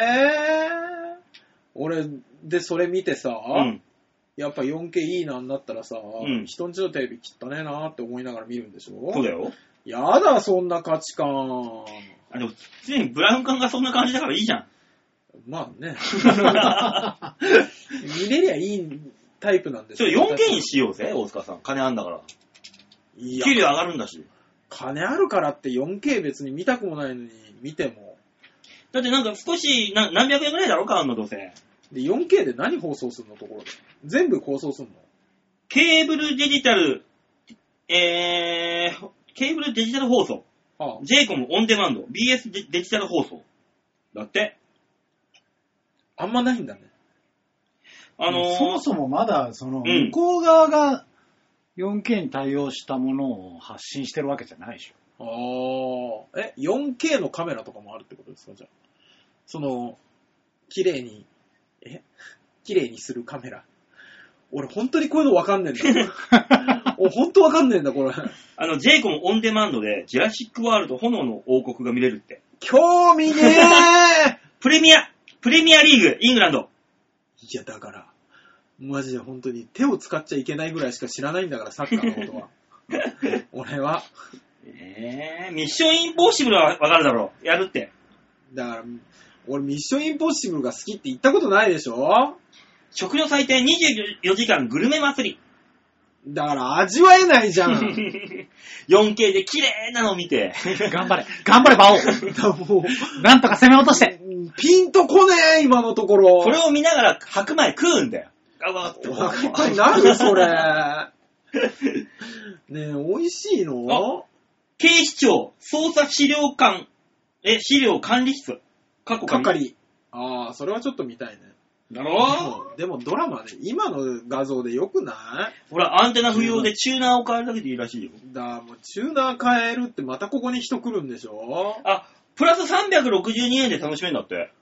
ー俺、で、それ見てさ、
うん。
やっぱ 4K いいなになったらさ、
ん
人んちのテレビ切ったねえなって思いながら見るんでしょ
そうだよ。
やだ、そんな価値観。
あ、でも、すでにブラウン管がそんな感じだからいいじゃん。
まあね。見れりゃいいタイプなんです
ちょ、4K にしようぜ、大塚さん。金あんだから。
いや
給料上がるんだし。
金あるからって 4K 別に見たくもないのに見ても。
だってなんか少し、な何百円ぐらいだろ、買うの、どうせ。
で、4K で何放送するのところで。全部放送するの
ケーブルデジタル、えー、ケーブルデジタル放送。
ああ
j イコムオンデマンド。BS デデジタル放送。だって。
あんまないんだね。
あのー、
そもそもまだ、その、
うん
向こう側が 4K に対応したものを発信してるわけじゃないでしょ。
ああ。え、4K のカメラとかもあるってことですかじゃあ。その、綺麗に、え綺麗にするカメラ。俺本当にこういうのわかんねえんだ。俺本当わかんねえんだ、これ。
あの、ジェイコムオンデマンドで、ジュラシックワールド炎の王国が見れるって。
興味ねえ
プレミア、プレミアリーグ、イングランド。
いや、だから、マジで本当に手を使っちゃいけないぐらいしか知らないんだから、サッカーのことは。俺は。
えー、ミッションインポッシブルはわかるだろう。やるって。
だから、俺ミッションインポッシブルが好きって言ったことないでしょ
食の祭典24時間グルメ祭り。
だから味わえないじゃん。
4K で綺麗なのを見て。
頑 張れ、頑張れ、馬王。
だからもう、
なんとか攻め落として。
ピンとこねえ、今のところ。
それを見ながら白米食うんだよ。ガバガバ
わかんない 何それ。ねえ、美味しいの
警視庁捜査資料館、え、資料管理室。過去
係。ああ、それはちょっと見たいね。
だろ
でもでもドラマね、今の画像でよくな
ほら、アンテナ不要でチューナーを変えるだけでいいらしいよ。
いだからもうチューナー変えるってまたここに人来るんでしょ
あ、プラス362円で楽しめるんだって。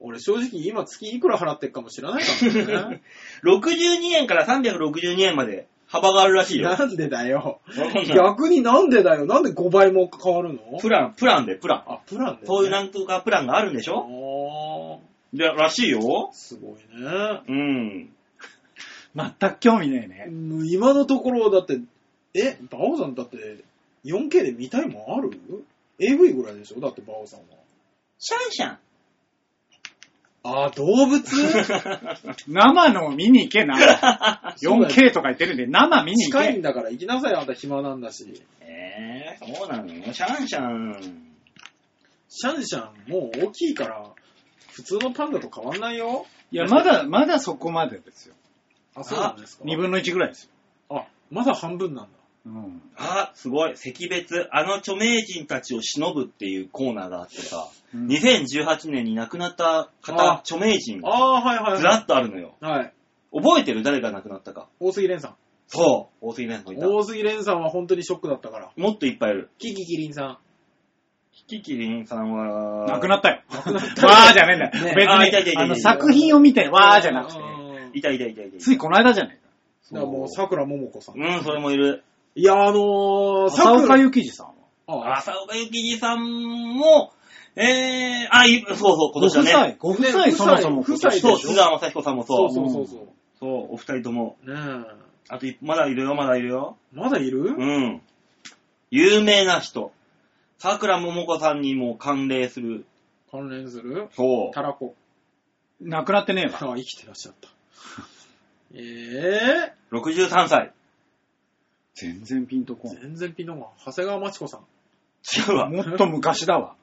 俺正直今月いくら払ってっかも知らないからね。
62円から362円まで幅がある らしいよ。
なんでだよ。
わかんない
逆になんでだよ。なんで5倍も変わるの
プラン、プランで、プラン。
あ、プランで、ね。
そういうなんとかプランがあるんでしょ
おー
でらしいよ。
すごいね。
うん。
全く興味ねえね。
うん今のところだって、え、バオさんだって、4K で見たいもんある ?AV ぐらいでしょだってバオさんは。
シャンシャン。
あー、動 物
生の見に行けな。
そうだ
4K とか言ってるんで、生見に行
近い
け
ん。だから行きなさい、あんた暇なんだし。
えー、そうなのシャンシャン。
シャンシャンもう大きいから、普通のパンダと変わんないよ。
いや、まだ、まだそこまでですよ。
あ、そうなんですか
2分の1ぐらいですよ。
あ、まだ半分なんだ。
うん。
あ、すごい。惜別、あの著名人たちを忍ぶっていうコーナーがあってさ、
うん
2018年に亡くなった方
あ、
著名人が
あー、はいはい、はい。
ずらっとあるのよ。
はい。
覚えてる誰が亡くなったか。
大杉蓮さん。
そう。大杉蓮さんがいた。
大杉蓮さんは本当にショックだったから。
もっといっぱいいる。
キキキリンさん。
キキリンさんは、
なくなったよ。
た
わーじゃねえんだよ。
ね
別
あいたいたいた
に、
いた
あの、作品を見て、わーじゃなくて、
うん
いたいたいたいた。
ついこの間じゃないか。
だからもう、桜ももこさん。
うん、それもいる。
いや、あのー、
浅岡
ゆ
ゆきじさんは。
あ、
浅岡幸二さんも、えー、あ、いそうそう、今
ご夫
年だ
妻、
ね。
ご夫妻、
ね
そもそも。
夫妻夫
そう、
妻でしょ
津川雅彦さんも
そ
そうう。
そうそうそう。
そう、お二人とも。
ねえ。
あとい、まだいるよ、まだいるよ。
まだいる、
うん。有名な人。桜桃子さんにも関連する。
関連する
そう。
タラコ。
なくなってねえわ。
あ生きてらっしゃ った。え
63歳。
全然ピンと
え
こん。
全然ピノマン。長谷川町子さん。
違うわ。
もっと昔だわ。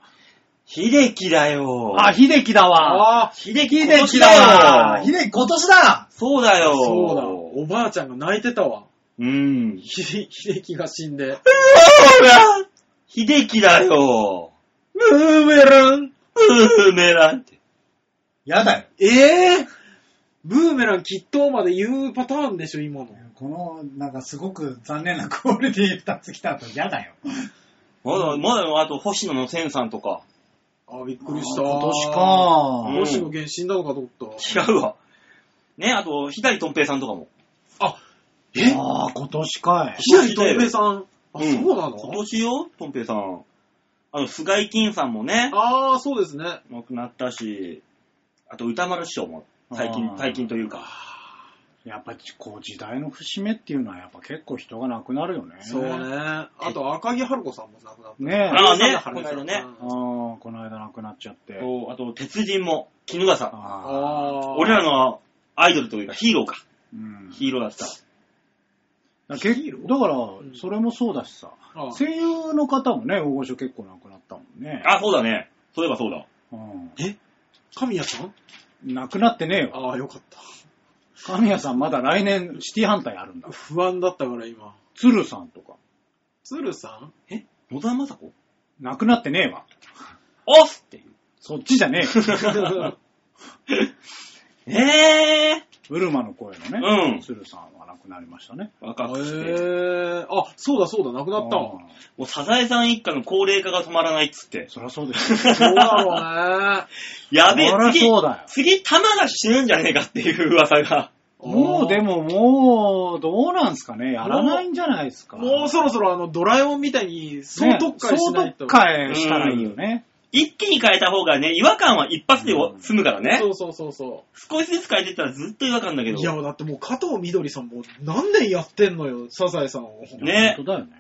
秀樹だよ。
あ、秀樹だわ。
ああ、
秀樹
秀樹
だ
だ
わ
わ。。秀樹今年だ
そうだよ。
そうだ。おばあちゃんが泣いてたわ。
うん。
ひで、ひできが死んで。
そうだ秀樹だよ。
ムーメラン
うーめらんって。
やだよ。
ええブーメランきっとまで言うパターンでしょ、今の。
この、なんかすごく残念なクオリティ2つ来た後嫌だよ。
まだ、まだ、あと、星野の千さんとか。
あ、びっく
今
りした。
年
う
か
ん。
星野源死んだのかと思った。
違うわ。ね、あと、左とん平さんとかも。
え
ああ、今年かい。
ひやりとめさん。あ、
ん
そうなの
今年よ、とん平さん。あの、菅井金さんもね、
ああ、そうですね。
亡くなったし、あと、歌丸師匠も、最近
あ、ー
最近というか。
やっぱ、こう、時代の節目っていうのは、やっぱ結構人が亡くなるよね。
そうね。あと、赤木春子さんも亡くなった。
ねえ。
あーね
赤木春子さ
こ
ん
の間ね
あーこの間亡くなっちゃって。
そうあと、鉄人も、絹笠さん。
ああ。
ああ。
俺らのアイドルというか、ヒーローか。
うん。
ヒーローだった。
だけだから、それもそうだしさ、
あー
声優の方もね、大御所結構亡くなったもんね。
あ、そうだね。そういえばそうだ。
うん
神谷さん
亡くなってねえよ。
ああ、よかった。
神谷さんまだ来年シティハンターやるんだ。
不安だったから、今。
鶴さんとか、
鶴さん
野沢雅子
亡くなってねえわ。
オフっていう。
そっちじゃね えよ。
え
ウルマの声のね、
うん
鶴さんは亡くなりましたね。
ー若くして。
えー、あ、そうだそうだ、亡くなったわ。
あ
もうサザエさん一家の高齢化が止まらないっつって
ー。そりゃそうですよ。
そうだろ
やべえ
そり、ゃ
次
そうだよ、
次、玉が死ぬんじゃねえかっていう噂が。
うね。
もうでももう、どうなんすかね。やらないんじゃないですか。
もうそろそろあの、ドラえもんみたいに、総特化しないと。
ね総特化したらいいよね。
一気に変えた方がね、違和感は一発で
うん
済むからね。
そうそうそうそ
少しずつ変えてったらずっと違和感だけ
う。
ど。
いや、だってもう加藤みどりさんも何年やってんのよ、サザエさん
ん
を。
ね
本当だよね。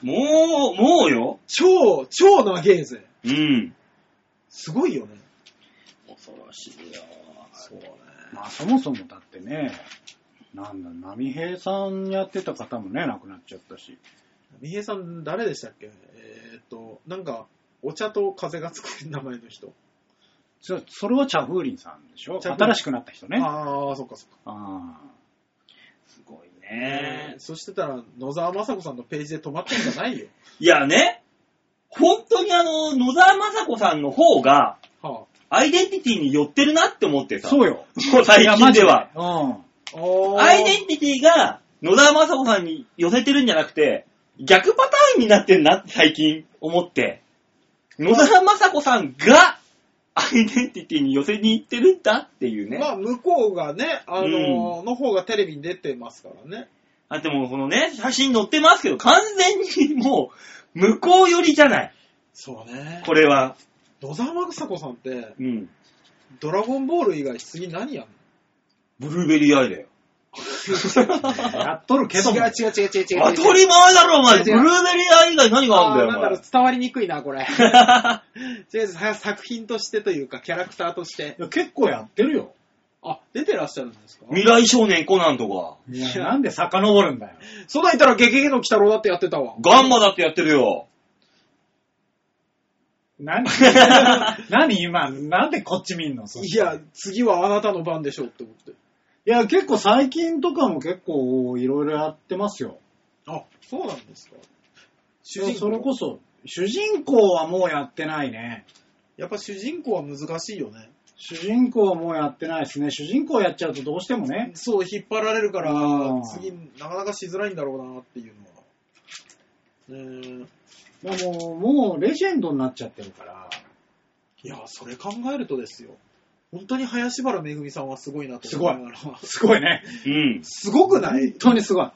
もう、もうよ。
超、超長えぜ。
うん。
すごいよね。
恐ろしいよ。
そうね。
まあそもそもだってね、なんだ、波平さんやってた方もね、亡くなっちゃったし。
みへさん、誰でしたっけえーっと、なんか、お茶と風がつく名前の人。
そそれは茶風林さんでしょ
茶風林
新しくなった人ね。あ
ああ、そっかそっか。
あ
すごいね。
そしてたら、野沢雅子さんのページで止まってんじゃないよ。
いやね、本当にあの、野沢雅子さんの方が、
は
アイデンティティに寄ってるなって思って
ー
さ。
そうよ。
もう最近では。
いや。マジうん。
あ。お
アイデンティティが野沢雅子さんに寄せてるんじゃなくて、逆パターンになってんなって最近思って、野沢雅子さんがアイデンティティに寄せに行ってるんだっていうね。
まあ、向こうがね、あのーの方がテレビに出てますからね。
あ、でもこのね、写真載ってますけど、完全にもう、向こう寄りじゃない。
そうね
これは。
野沢雅子さんって、
うん。
ドラゴンボール以外次何やんの
ブルーベリーアイ だよ。
やっとるけども。
違う違う違う
当
違
たり前だろ、お前。
違う
ブ
違
ル
う
ーベリーアイ以外何があ
あー
るんだ
なん
よ、
だ
お
ろう
前。、
伝わりにくいな、これ。違う違うは作品としてというか、キャラクターとして。
いや結構やってるよ。
あ、出てらっしゃるんですか
未来少年コナンとか、
い
や
や、なんで遡るんだよ。
そうだいたらゲゲゲの鬼太郎だってやってたわ。
ガンマだってやってるよ。
何何今、なんでこっち見んのそ
い
したら
や、次はあなたの番でしょうって思って。
いや、結構最近とかも結構いろいろやってますよ。
あ、そうなんですか主
いや
人
それ
公
こそ、主人公はもうやってないね。
やっぱ主人公は難しいよね。
主人公はもうやってないですね。主人公やっちゃうとどうしてもね。
そう、引っ張られるから
うん、
次、なかなかしづらいんだろうなっていうのは。ね
もう、もうレジェンドになっちゃってるから。
えいや、それ考えるとですよ。本当に林原めぐみさんはすごいなと思いながら。
すごいね。
うん。
すごくない
本当にすごい。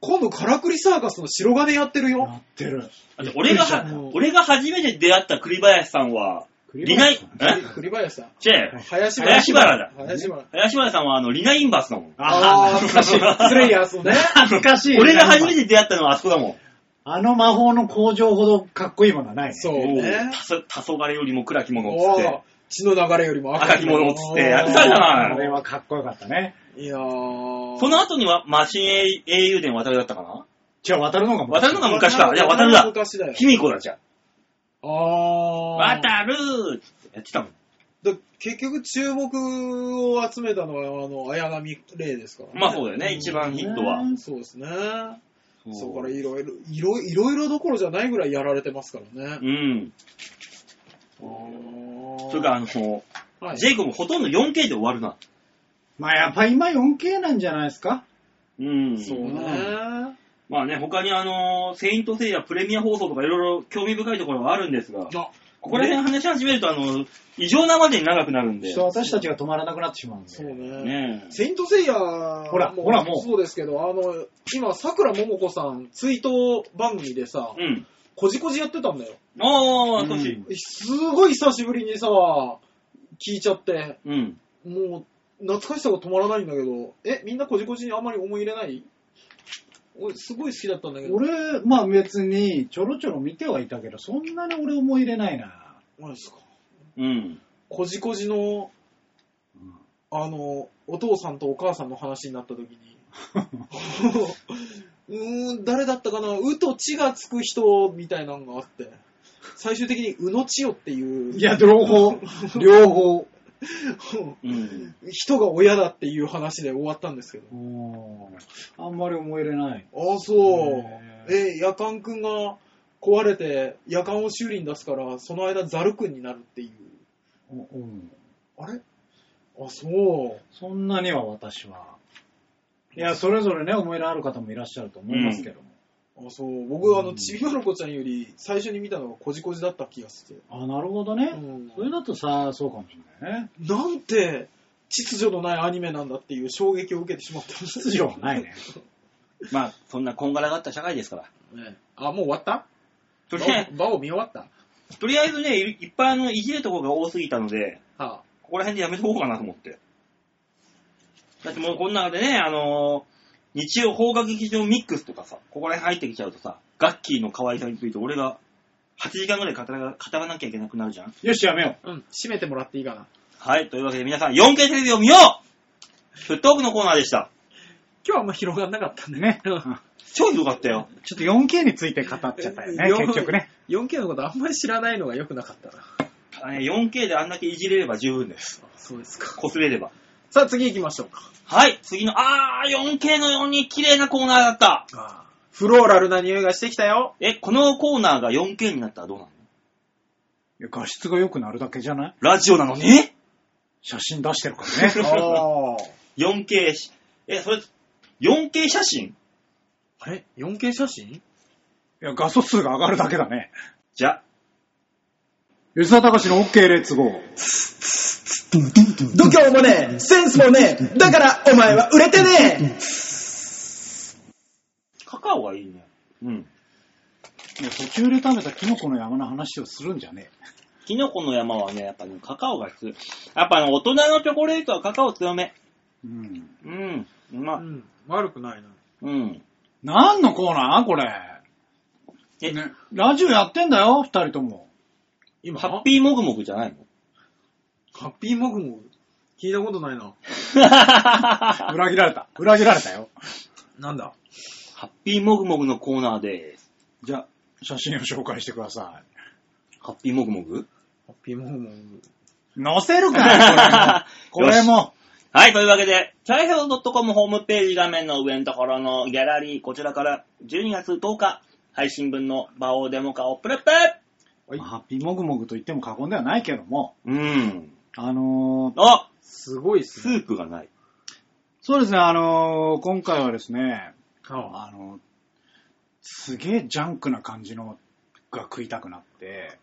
今度、カラクリサーカスの白金やってる
や
よ。
ってる。
だって俺がは
もう、
俺が初めて出会った栗林さんは、リナイ
栗林、
え
栗林さん。
違うよ
林原。
林原だ。
林原。
林原さんはあの、リナインバースだもん。
ああ、難しい。スレイヤーズのね。
難しい。
俺が初めて出会ったのはあそこだもん。
あの魔法の工場ほどかっこいいものはないね。
そう
おう
ね。
黄昏よりも暗きものっ
お
つっ
ー
て。
血の流れよりも赤
赤きものっつってやって
あ
たじゃない
れはかっこよかったね。
いやー。
その後には、マシン英雄伝渡るだったかな
じゃあ渡るのが
渡るのが昔か。いや、渡るだ。
昔だよ。
卑弥呼だじゃん。
あー。
渡るーってやってたもん。
だ結局注目を集めたのは、あの、綾波レイですから、
まあそうだよね、一番ヒットは。
ね
そうですね。そうからいろいろ、いろいろいろどころじゃないぐらいやられてますから
う
ね。
ん。
あー
それからあの、
はい
ジェイコブほとんど 4K で終わるな。
まあやっぱ今 4K なんじゃないですか
うん。
そうね。
まあね、他にあの、セイントセイヤプレミア放送とかいろいろ興味深いところはあるんですが、
あ、
ここら辺話し始めると、あの、異常なまでに長くなるんで
人。私たちが止まらなくなってしまうん
そう
で。
ね。
ねえ。
セイントセイヤも
ほらほらもう
そうですけど、あの、今、桜ももこさん、追悼番組でさ、
うん。
こじこじやってたんだよ。
ああ、
うん
少し。
すごい久しぶりにさ、聞いちゃって、
うん。
もう、懐かしさが止まらないんだけど、え、みんなこじこじにあんまり思い入れない俺、すごい好きだったんだけど、
俺、まあ別にちょろちょろ見てはいたけど、そんなに俺思い入れないな。
何ですか
うん。
こじこじの、あの、お父さんとお母さんの話になった時に、うーん、誰だったかな、うとちがつく人みたいなのがあって、最終的にうのちよっていう
いや、両方、両方。
うん。
人が親だっていう話で終わったんですけど。
あんまり思い入れない。
ああ、そう。
へ
え、夜間くんが壊れて、夜間を修理に出すから、その間ザルくんになるっていう。
うん
あれあ、そう。
そんなには私は。いや、それぞれね、思い入れある方もいらっしゃると思いますけども。
あ、そう。僕、あ
う
の、
ん
ちびまる子ちゃんより最初に見たのがこじこじだった気がして。
あ、なるほどね。
うん
それだとさ、そうかもしれないね。
なんて、秩序のないアニメなんだっていう衝撃を受けてしまってました。
秩序はないね。
まあ、そんなこんがらがった社会ですから。
ねあ、もう終わった
とりあえず、
場を場を見終わったは
とりあえずね、いいっぱいあの、いじるとこが多すぎたので、
あ、
ここら辺でやめとこうかなと思って。だってもうこんなでね、あのー日曜放課劇場ミックスとかさ、ここら辺入ってきちゃうとさ、ガッキーの可愛さについて俺が8時間ぐらい語ら語らなきゃいけなくなるじゃん。
よし、やめよ
うん、締めてもらっていいかな。
はい、というわけで皆さん 4K テレビを見ようフットオークのコーナーでした。
今日はあんま広がんなかった
う。
ね。
ね。ち
う
ょ
ん
っ
超良かったよ。
と 4K について語っちゃったよね、
よ
結局ね。
4K のことあんまり知らないのが良くなかったな。
あのね 4K であんだけいじれれば十分です。
そうですか。
擦れれば。
さあ次行きましょうか。
はい、次の、あー、4K のように綺麗なコーナーだった。
ああフローラルな匂いがしてきたよ。
え、このコーナーが 4K になったらどうなの
いや画質が良くなるだけじゃない
ラジオなのに
写真出してるからね。
ああ。
4K し、え、それ、4K 写真
あれ ?4K 写真
いや、画素数が上がるだけだね。
じゃ、
吉沢隆の OK レッツゴー。
度胸もねえ、センスもねえ、だからお前は売れてね
カカオがいいね。うん。
いや途中で食べたキノコの山の話をするんじゃねえ。
キノコの山はね、やっぱね、カカオが必要。やっぱね、大人のチョコレートはカカオ強め。
うん。
うん。う
え。う
まい。
ん、悪くないな。
うん。
何のコーナーこれ。
え
ね、ラジオやってんだよ、二人とも。
今、
ハッピーモグモグじゃ ないの
ハッピーモグも聞いたことないな。
ハ
裏切られた。裏切られたよ。
なんだ
ッピーモグモグのコーナーです。
じゃあ、写真を紹介してくださ
ハッピーモグモ グ
ハッピーモグモグ。
い。載せる かこれも。これも。
はい、というわけで、チャイヘオ .com ホームページ画面の上のところのギャラリー、こちらから12月10日、配信分のバオデモ化をプレップ
はい
まあハッピーモグモグと言っても過言ではないけども、
うん。
あのー、
あ
すごいっす
ス
ね。
ープがない。
そうですね、あのー、今回はですね、
ああ
あの、すげえジャンクな感じのが食いたくなって、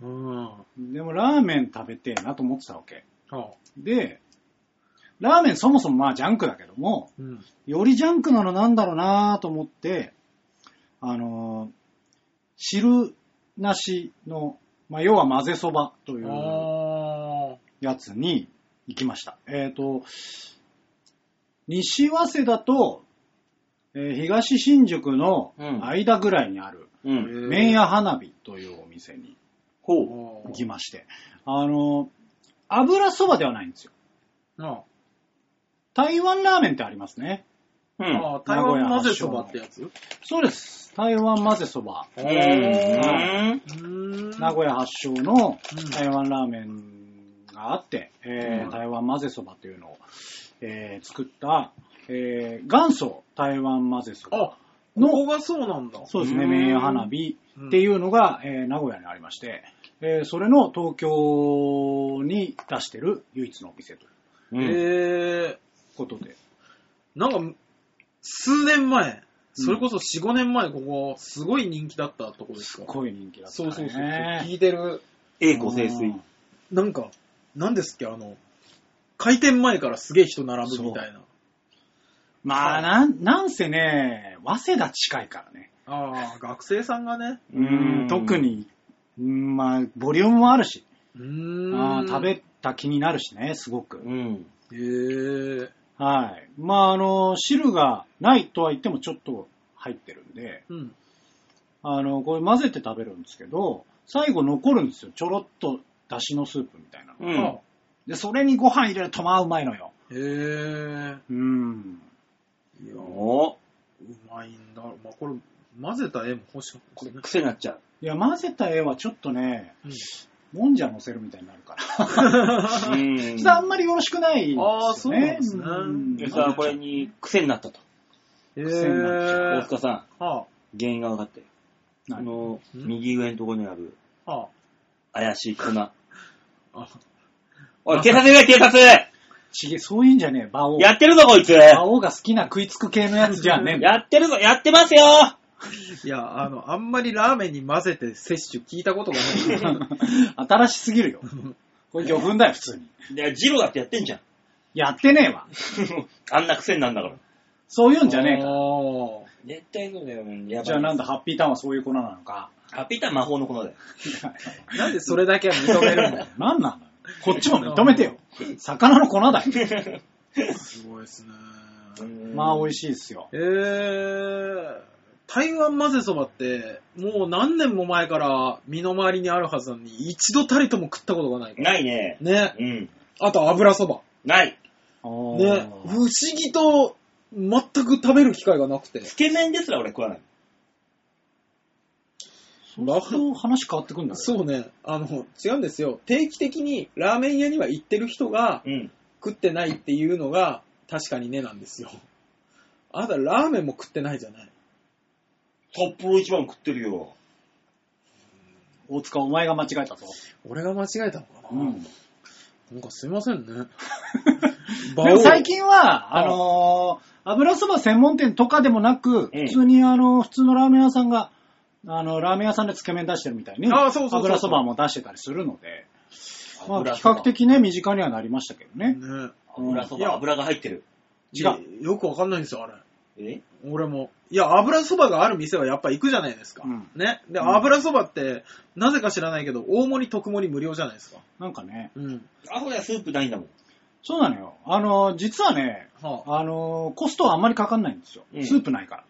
うん。あ
でもラーメン食べてえなと思ってたわけ。
あ
で、ラーメンそもそもまあジャンクだけども、
うん。
よりジャンクなのなんだろうなと思って、あのー、汁なしの、まあ要は混ぜそばという
ああ。
やつに行きました。えっ、と、西早稲田と、えー東新宿の間ぐらいにある、
うん。
麺屋花火というお店に
ほう。
行
行きまして、あの、油そばではないんですよ。
あ
台湾ラーメンってありますね。
う
あ
ん。
ああ、台湾混ぜそばってやつ
そうです。台湾混ぜそば。
う
うん。
ん。
名
屋。
古屋発祥
う
の
ん
台湾ラーメンがあって、えー
うん
台湾混ぜそばというのを、えー作った、えー元祖台湾混ぜそば。
あ、ここがそうなんだ。
そうですね、
うん
名誉花火っていうのが、えー名古屋にありまして、えーそれの東京に出してる唯一のお店という
うん。
えー、
ことで。
なんか、数年前、それこそ4、5年前、ここ、すごい人気だったとこです
す
か。
ごい人気だった、
そう
ね。
そうそう。聞いてる。
栄光清水。
なんか、なんですっけ、あの、開店前からすげえ人並ぶみたいな。
まあ、なん、なんせね、早稲田近いからね。
ああ、学生さんがね。
うん
特に、うんまあ、ボリュームもあるし、
うーん。
あー食べた気になるしね、すごく
う。ん。
えー、
はい。まあ、あの、汁がないとは言ってもちょっと入ってるんで、
うん。
あの、これ混ぜて食べるんですけど、最後残るんですよ。ちょろっと、だしのスープみたいなの。
う
あ
ん。
で、それにご飯入れるとまあうまいのよ。
えー、
うん。
いやー、
お
うまいんだ。まあ、これ、混ぜた絵も欲しかった
こ
で
れ
すね。
癖になっちゃう。
いや、混ぜた絵はちょっとね、
うん
もんじゃ乗せるみたいになるから。
うん。
実はあんまりよろしくないですよね。
あーそうなんですね
うん
吉沢はこれに癖になったと。
え
癖になっ
大
ち
ー、
塚さん、
は
原因が分かって。
な
あの、
うん
右上のところにある
あ、は
怪しい粉。
あ、あ、
おい、警察や警察
ちげ、そういうんじゃねえ、馬王。
やってるぞ、こいつ
馬
や
王が好きな食いつく系のやつじゃねえんだ。
ってるぞ、やってますよ
いや、あの、あんまりラーメンに混ぜて摂取聞いたことが ない。
新しすぎるよ。これ魚粉だよ、普通に。
いや、ジロだってやってんじゃん。
やってねえわ。
あんな癖になんだから。
そういうんじゃねえか。
あ
絶対そうだよ。やばい
じゃあなんだ、ハッピーターンはそういう粉なのか。
ハッピーターン魔法の粉だよ。
ーなんでそれだけは認めるんだよ。
なんなのこっちも認めてよ。魚の粉だよ。
すごいですね。
まあ美
い。
味しいですよ。
えー、台湾混ぜそばって、もう何年も前から身の回りにあるはずなのに、一度たりとも食ったことがない。
ないね。
ね。
うん。
あと油そば。
ない。
ね。不思議と、全く食べる機会がなくて。
つけ麺ですら俺食わない。
そうすると話変わってくんだよ。
そうね。あの、違うんですよ。定期的にラーメン屋には行ってる人が
うん。
食ってないっていうのが、確かにねなんですよ。あなたラーメンも食ってないじゃない。
札幌一番食ってるよ。
大塚、お前が間違えたぞ。
俺が間違えたのかな、
うん。
なんかすいませんね。
でも最近は、あのー油そば専門店とかでもな
う
く、
ん
普通にあの、普通のラーメン屋さんが、あの、ラーメン屋さんでつけ麺出してるみたいに、
あーそうそうそうそう
油そばも出してたりするので、まあ、
油
比
そば
較。的ね、身近にはなりましたけどね。
ね。
油そ
いや
ば、油が入ってる。
違
う。よくわかんないんですよ、あれ。
え
俺も。いや、油そばがある店はやっぱ行くじゃないですか。
うん
ね。で、
うん
油そばって、なぜか知らないけど、大盛り特盛り無料じゃないですか。
なんかね、
うん。
あほやスープないんだもん。
そうなのよ。あのー実はね、
は
あのーコストはあんまりかかんないんですよ。
うん
スープないから。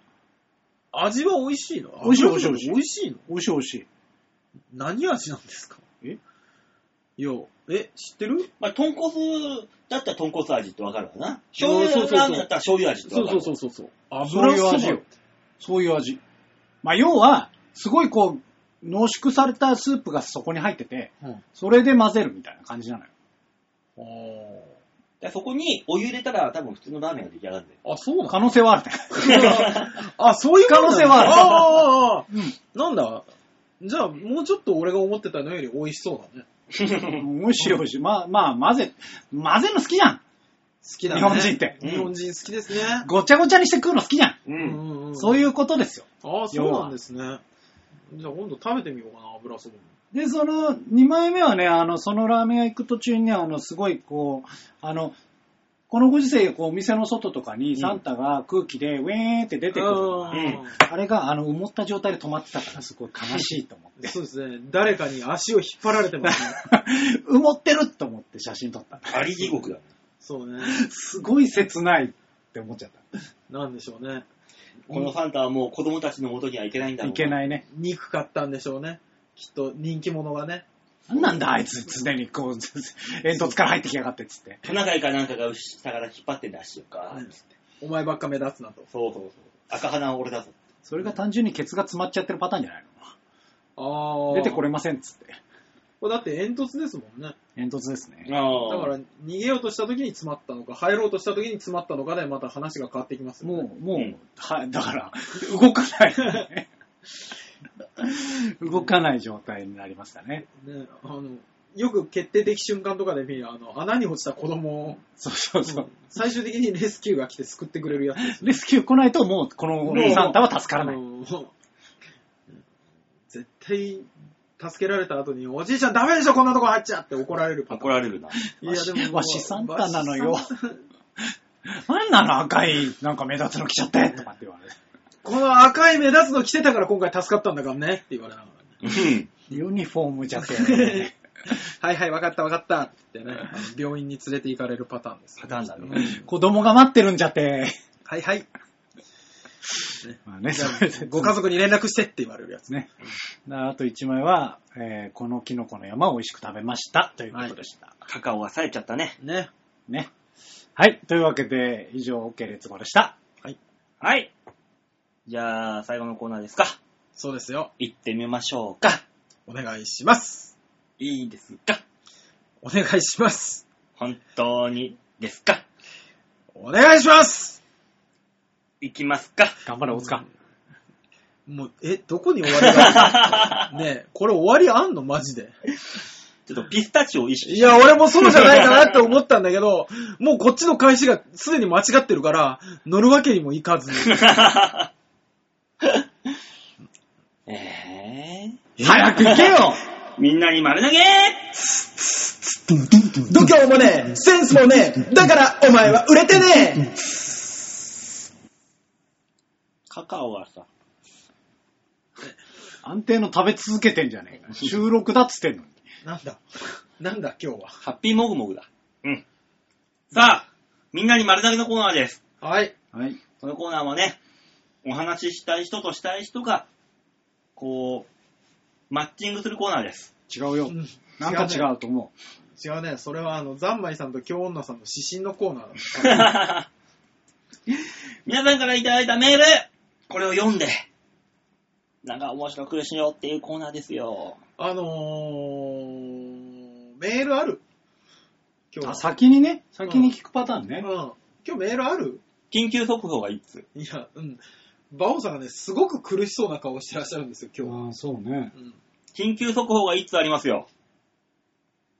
あ、味は美味しいの
美味しい
油そばって
美
美味しいの
美味しい美味しい。
何味なんですか
え
いや、え、知ってる
まあ、豚骨だったら豚骨味ってわかるかな。醤油
そうそうそう
ラーメンだったら醤油味って
そ
わ
う
か
そ
る。
うそうそうそう。
そう
油
いう
そ
味
ば
よ。そういう味。まあ、要は、すごいこう、濃縮されたスープがそこに入ってて、
うん
それで混ぜるみたいな感じなのよ。
あー
でそこにお湯入れたら多分普通のラーメンが出来上がるんだよ。
あ、そうなの
可能性はあるね。
あ、そういうことなの
可能性はある
あーあーあー
うん
なんだじゃあ、もうちょっと俺が思ってたのより美味しそうだね。
美味しい美味しい。まあ、まあ、混ぜ、混ぜるの好きじゃん。
好きだね。
日本人って
日本人好きですね。
ごちゃごちゃにして食うの好きじゃん。
う。
うんんうん
そう
いう。
いうことですよ。
ああ、そうなんですね。じゃあ今度食べてみようかな、油そば。
で、その、2枚目はね、あの、そのラーメン屋行く途中にね、あの、すごい、こう、あの、このご時世、こう、お店の外とかにサンタが空気で、ウェーンって出てくるのが、
ん
うん
あれが、あの、埋もった状態で止まってたから、すごい悲しいと思って。
そうですね。誰かに足を引っ張られてますね。
埋もってると思って写真撮った。
あり地獄だ。
そうね。
すごい切ないって思っちゃっ
なんでしょうね。
このファンタはもう子供たちの元にはいけないんだ
た。
ろ
いうけ
い。
ないね。
憎かったんでしょうね。きっと人気者がね。
なんなんだ、あいつ、常にこう、煙突から入ってきやがって、つって。
トナカイかなんかが下から引っ張ってんだ、足をか
うんお前ばっか目立つなと。
そうそうそう。赤鼻は俺だぞ。
それが単純にケツが詰まっちゃってるパターンじゃない
あ
の
あ。
出てこ
れ。
れませんっつって。
これだって煙突ですもんね。
煙突ですね。
あ
だから逃げようとした時に詰まったのか、入ろうとした時に詰まったのかでまた話が変わってきますよね。
もう、もう、
うん
はい、だから、動かない。動かない状態になりましたね。
ね、あの、よく決定的瞬間とかで見る、あの、穴に落ちた子供を、
そうそうそう。
最終的にレスキューが来て救ってくれるやつです。
レスキュー来ないと、もう、こ
も
の
う
サンタは助からな
あ
い。
の絶対、助けられた後に、おじいちゃんダメでしょ、こんなとこ入っちゃって怒られるパター
怒られるな。
ン。
わしわしサンタなのよ
わしサンタ
なんなの赤い、なんか目立つの来ちゃってとかって言われる。
この赤い目立つの着てたから今回助かったんだからねって言われながらね。
うん。
ユニフォームじゃって。
はいはい、わかったわかったってね、あの病院に連れて行かれるパターンです。
パターンだね
うん
子供が待ってるんじゃって。
はいはい。
まあね、
じゃ
それ
あ
で
ご家族に連絡してって言われるやつ。
ね。あと1枚は、えーこのキノコの山を美味しく食べましたということでした。
カカオが冴えちゃったね。
ね。
ね。はい。というわけで、以上、OK 列語でした。
はい。じゃあ、最後のコーナーですか。
そうですよ。
行ってみましょうか。
お願いします。
いいですか
お願いします。
本当にですか
お願いします
行きますか
頑張れ、大塚。
もう、え、どこに終わりが あるねえ、これ終わりあんのマジで。
ちょっとピスタチオを意識
いや、俺もそうじゃないかなって思ったんだけど、もうこっちの返しがすでに間違ってるから、乗るわけにもいかず。
え え
早く行けよ
みんなに丸投げ
度胸もねえ、センスもねえ、だからお前は売れてねえ。
カカオがさ、
安定の食べ続けてんじゃねえか。収録だっつってんのに。
なんだ、なんだ今日は。
ハッピーモグモグだ。うん。さあ、みんなに丸投げのコーナーです。
はい。
はい。
このコーナーはね、お話ししたい人としたい人が、こう、マッチングするコーナーです。
違うよ。なんか違うと思
違うね。それは、あの、ざんまいさんと京女さんの指針のコーナーだ。
皆さんからいただいたメール、これを読んで、なんか面白くしようっていうコーナーですよ。
あのー、メールある今
う。
日は
あ、先にね、先に聞くパターン
うん
ね。。
今日メールある
緊急速報がいつ
いや、うん。バオさんがね、すごく苦しそうな顔をしてらっしゃるんですよ、今
ああ、そうね。
日。う
緊
ん。
急速報がいつありますよ。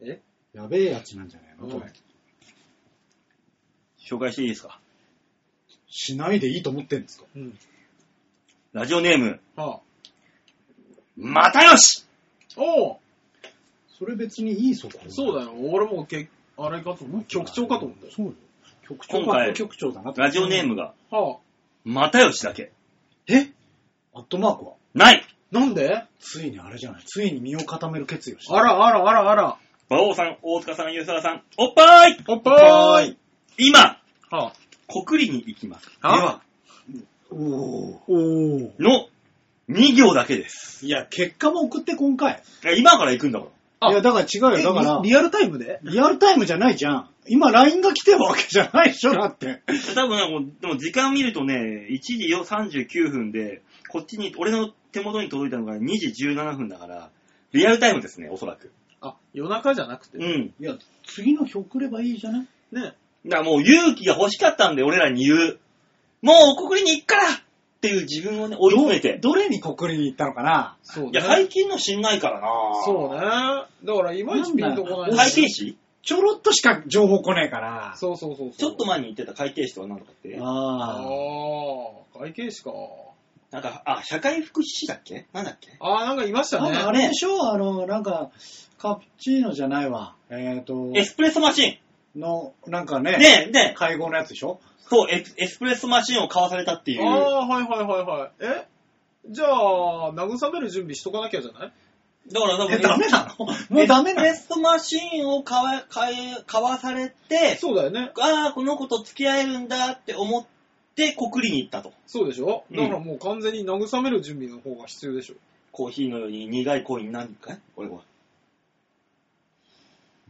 え
やべえやつなんじゃないのこ
う
れ
ん。
紹介していいですか
しないでいいと思ってんですか
うん。
ラジオネーム、
はあ。
またよし
おう
それ別にいいそこ
そうだよ。俺もけ、あれかと思う。局長かと思ったよ。
そうよ。局
長
長
か
か
副
局長だな
ラジオネー。ムが、
はあ。
またよしだけ。
え
アットマークは
ない
なんで
ついにあれじゃないついに身を固める決意をした。
あらあらあらあら。
馬王さん、大塚さん、吉沢さん、おっぱい
おっぱーい。
今、
は
国理に行きます。
あ。は
おおお
の、2行だけです。
いや、結果も送ってこんかい。
いや今から行くんだから。
あ
いや、だから違うよ。だから
え、リ、リアルタイムで
リアルタイムじゃないじゃん。今、LINE が来てるわけじゃないでしょ、だって。
多分ねもう、でも時間見るとね、1時よ39分で、こっちに、俺の手元に届いたのが2時17分だから、リアルタイムですね、おそらく。
あ、夜中じゃなくて。
う
ね。
ん。
いや、次の日送ればいいじゃない
だからもう勇気が欲しかったんで、俺らに言う。もうお国に行くからっていう自分をね、追い詰めて。
どれに告りに行ったのかな
そうね。
いや、最近の知んないからな
そうね。だから、いまいちピンとこない。
会計士
ちょろっとしか情報来ねえから。
そうそうそうそう。
ちょっと前に言ってた会計士とは何とかって。
あ
あ
あ、会計士か。
なんか、あ、社会福祉士だっけなんだっけ
ああ、なんかいまし
あ。
た
なん
ね。
かあれでしょあの、なんか、カプチーノじゃないわ。えっ、と、
エスプレッソマシン
の、なんかね、
ねえ、ねえ、
会合のやつでしょ
そう、エスエスプレッソマシンを買わされたってい
あ
う。
あ、はいはいはいはい。えじゃあ、慰める準備しとかなきゃじゃない
だから多分、
え、ダメな のもうダメな
エ
の
スプレッソマシンを買わ買え買わされて、
そうだよね。
ああ、この子と付き合えるんだって思って、告りに行ったと。
そうでしょ
うん
だからもう完全に慰める準備の方が必要でしょ。
コーヒーのように苦い恋になるかいこれは。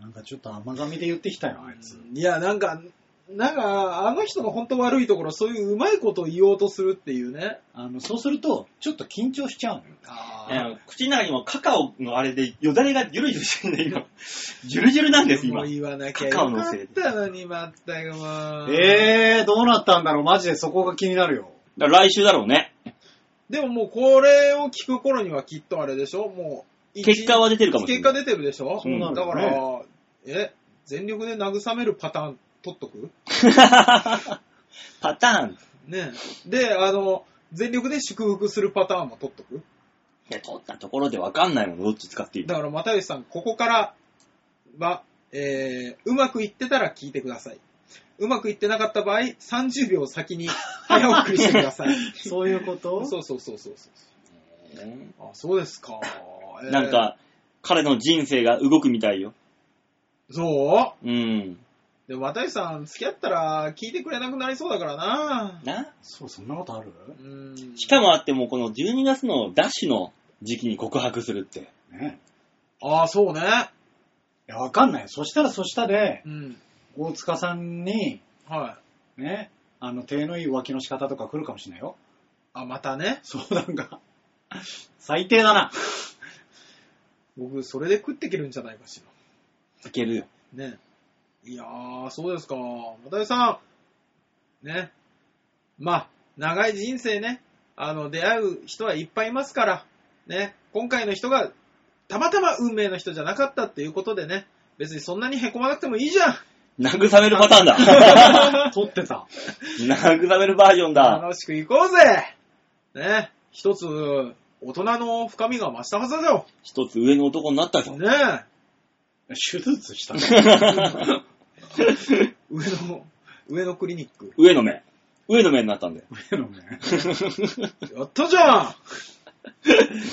なんかちょっと甘噛みで言ってきたよ、あいつ。
いや、なんか、なんか、あの人の本当悪いところ、そういううまいことを言おうとするっていうね。
あの、そうすると、ちょっと緊張しちゃうのよ。
あ
いや口の中にもカカオのあれでよだれがゆるゆるしてるんだ今。ゆるゆるなんです、
も
今
う。言わなきゃよ
カカオ
か
の
っ
せいで
たのに、まったくもう。
えー、どうなったんだろうマジでそこが気になるよ。
だから来週だろうね。
でももうこれを聞く頃にはきっとあれでしょもう一。
結果は出てるかもしれ
結
な
果
い。
出てるでしょ
そうな
だ
る
か
よ
ら
ね、
え、全力で慰めるパターン取っとく
パターン。い
ねで、あの、全力で祝福するパターンも取っとく
や、取ったところでわかんないもの、どっち使っていい
だ
か。
から、又吉さん、ここからは、えー、うまくいってたら聞いてください。うまくいってなかった場合、30秒先に早送りしてく ださい。
そういうこと
そうそうそうそうそう。
うん
あ、そうですか。えー
なん、か、彼の人生が動くみたいよ。
そう
うん。
でも、私さん、付き合ったら聞いてくれなくなりそうだからな。
な
そう、そんなことある
うーん。
しかもあっても、この12月のダッシュの時期に告白するって。
ね。
ああ、そうね。
いや、わかんない。そしたらそしたで、
うん。
大塚さんに、
はい。
ね、あの、手のいい浮気の仕方とか来るかもしれないよ。
あ、またね。
相談が。 最低だ な。
僕、それで食ってけるんじゃないかし
いけるよ。
ら。ね。いやー、そうですか。又吉さん。ね。まあ、長い人生ね。あの、出会う人はいっぱいいますから。ね。今回の人が、たまたま運命の人じゃなかったっていうことでね。別にそんなに凹まなくてもいいじゃん。
慰めるパターン だ。
取ってた。
慰めるバージョンだ。
楽しく行こうぜね一つ、大人の深みが増したはずだよ。
一つ上の男になったぞ。
ね
手術したの
上の、上のクリニック。
上の目。上の目になったんだよ。
上のね。
やったじゃん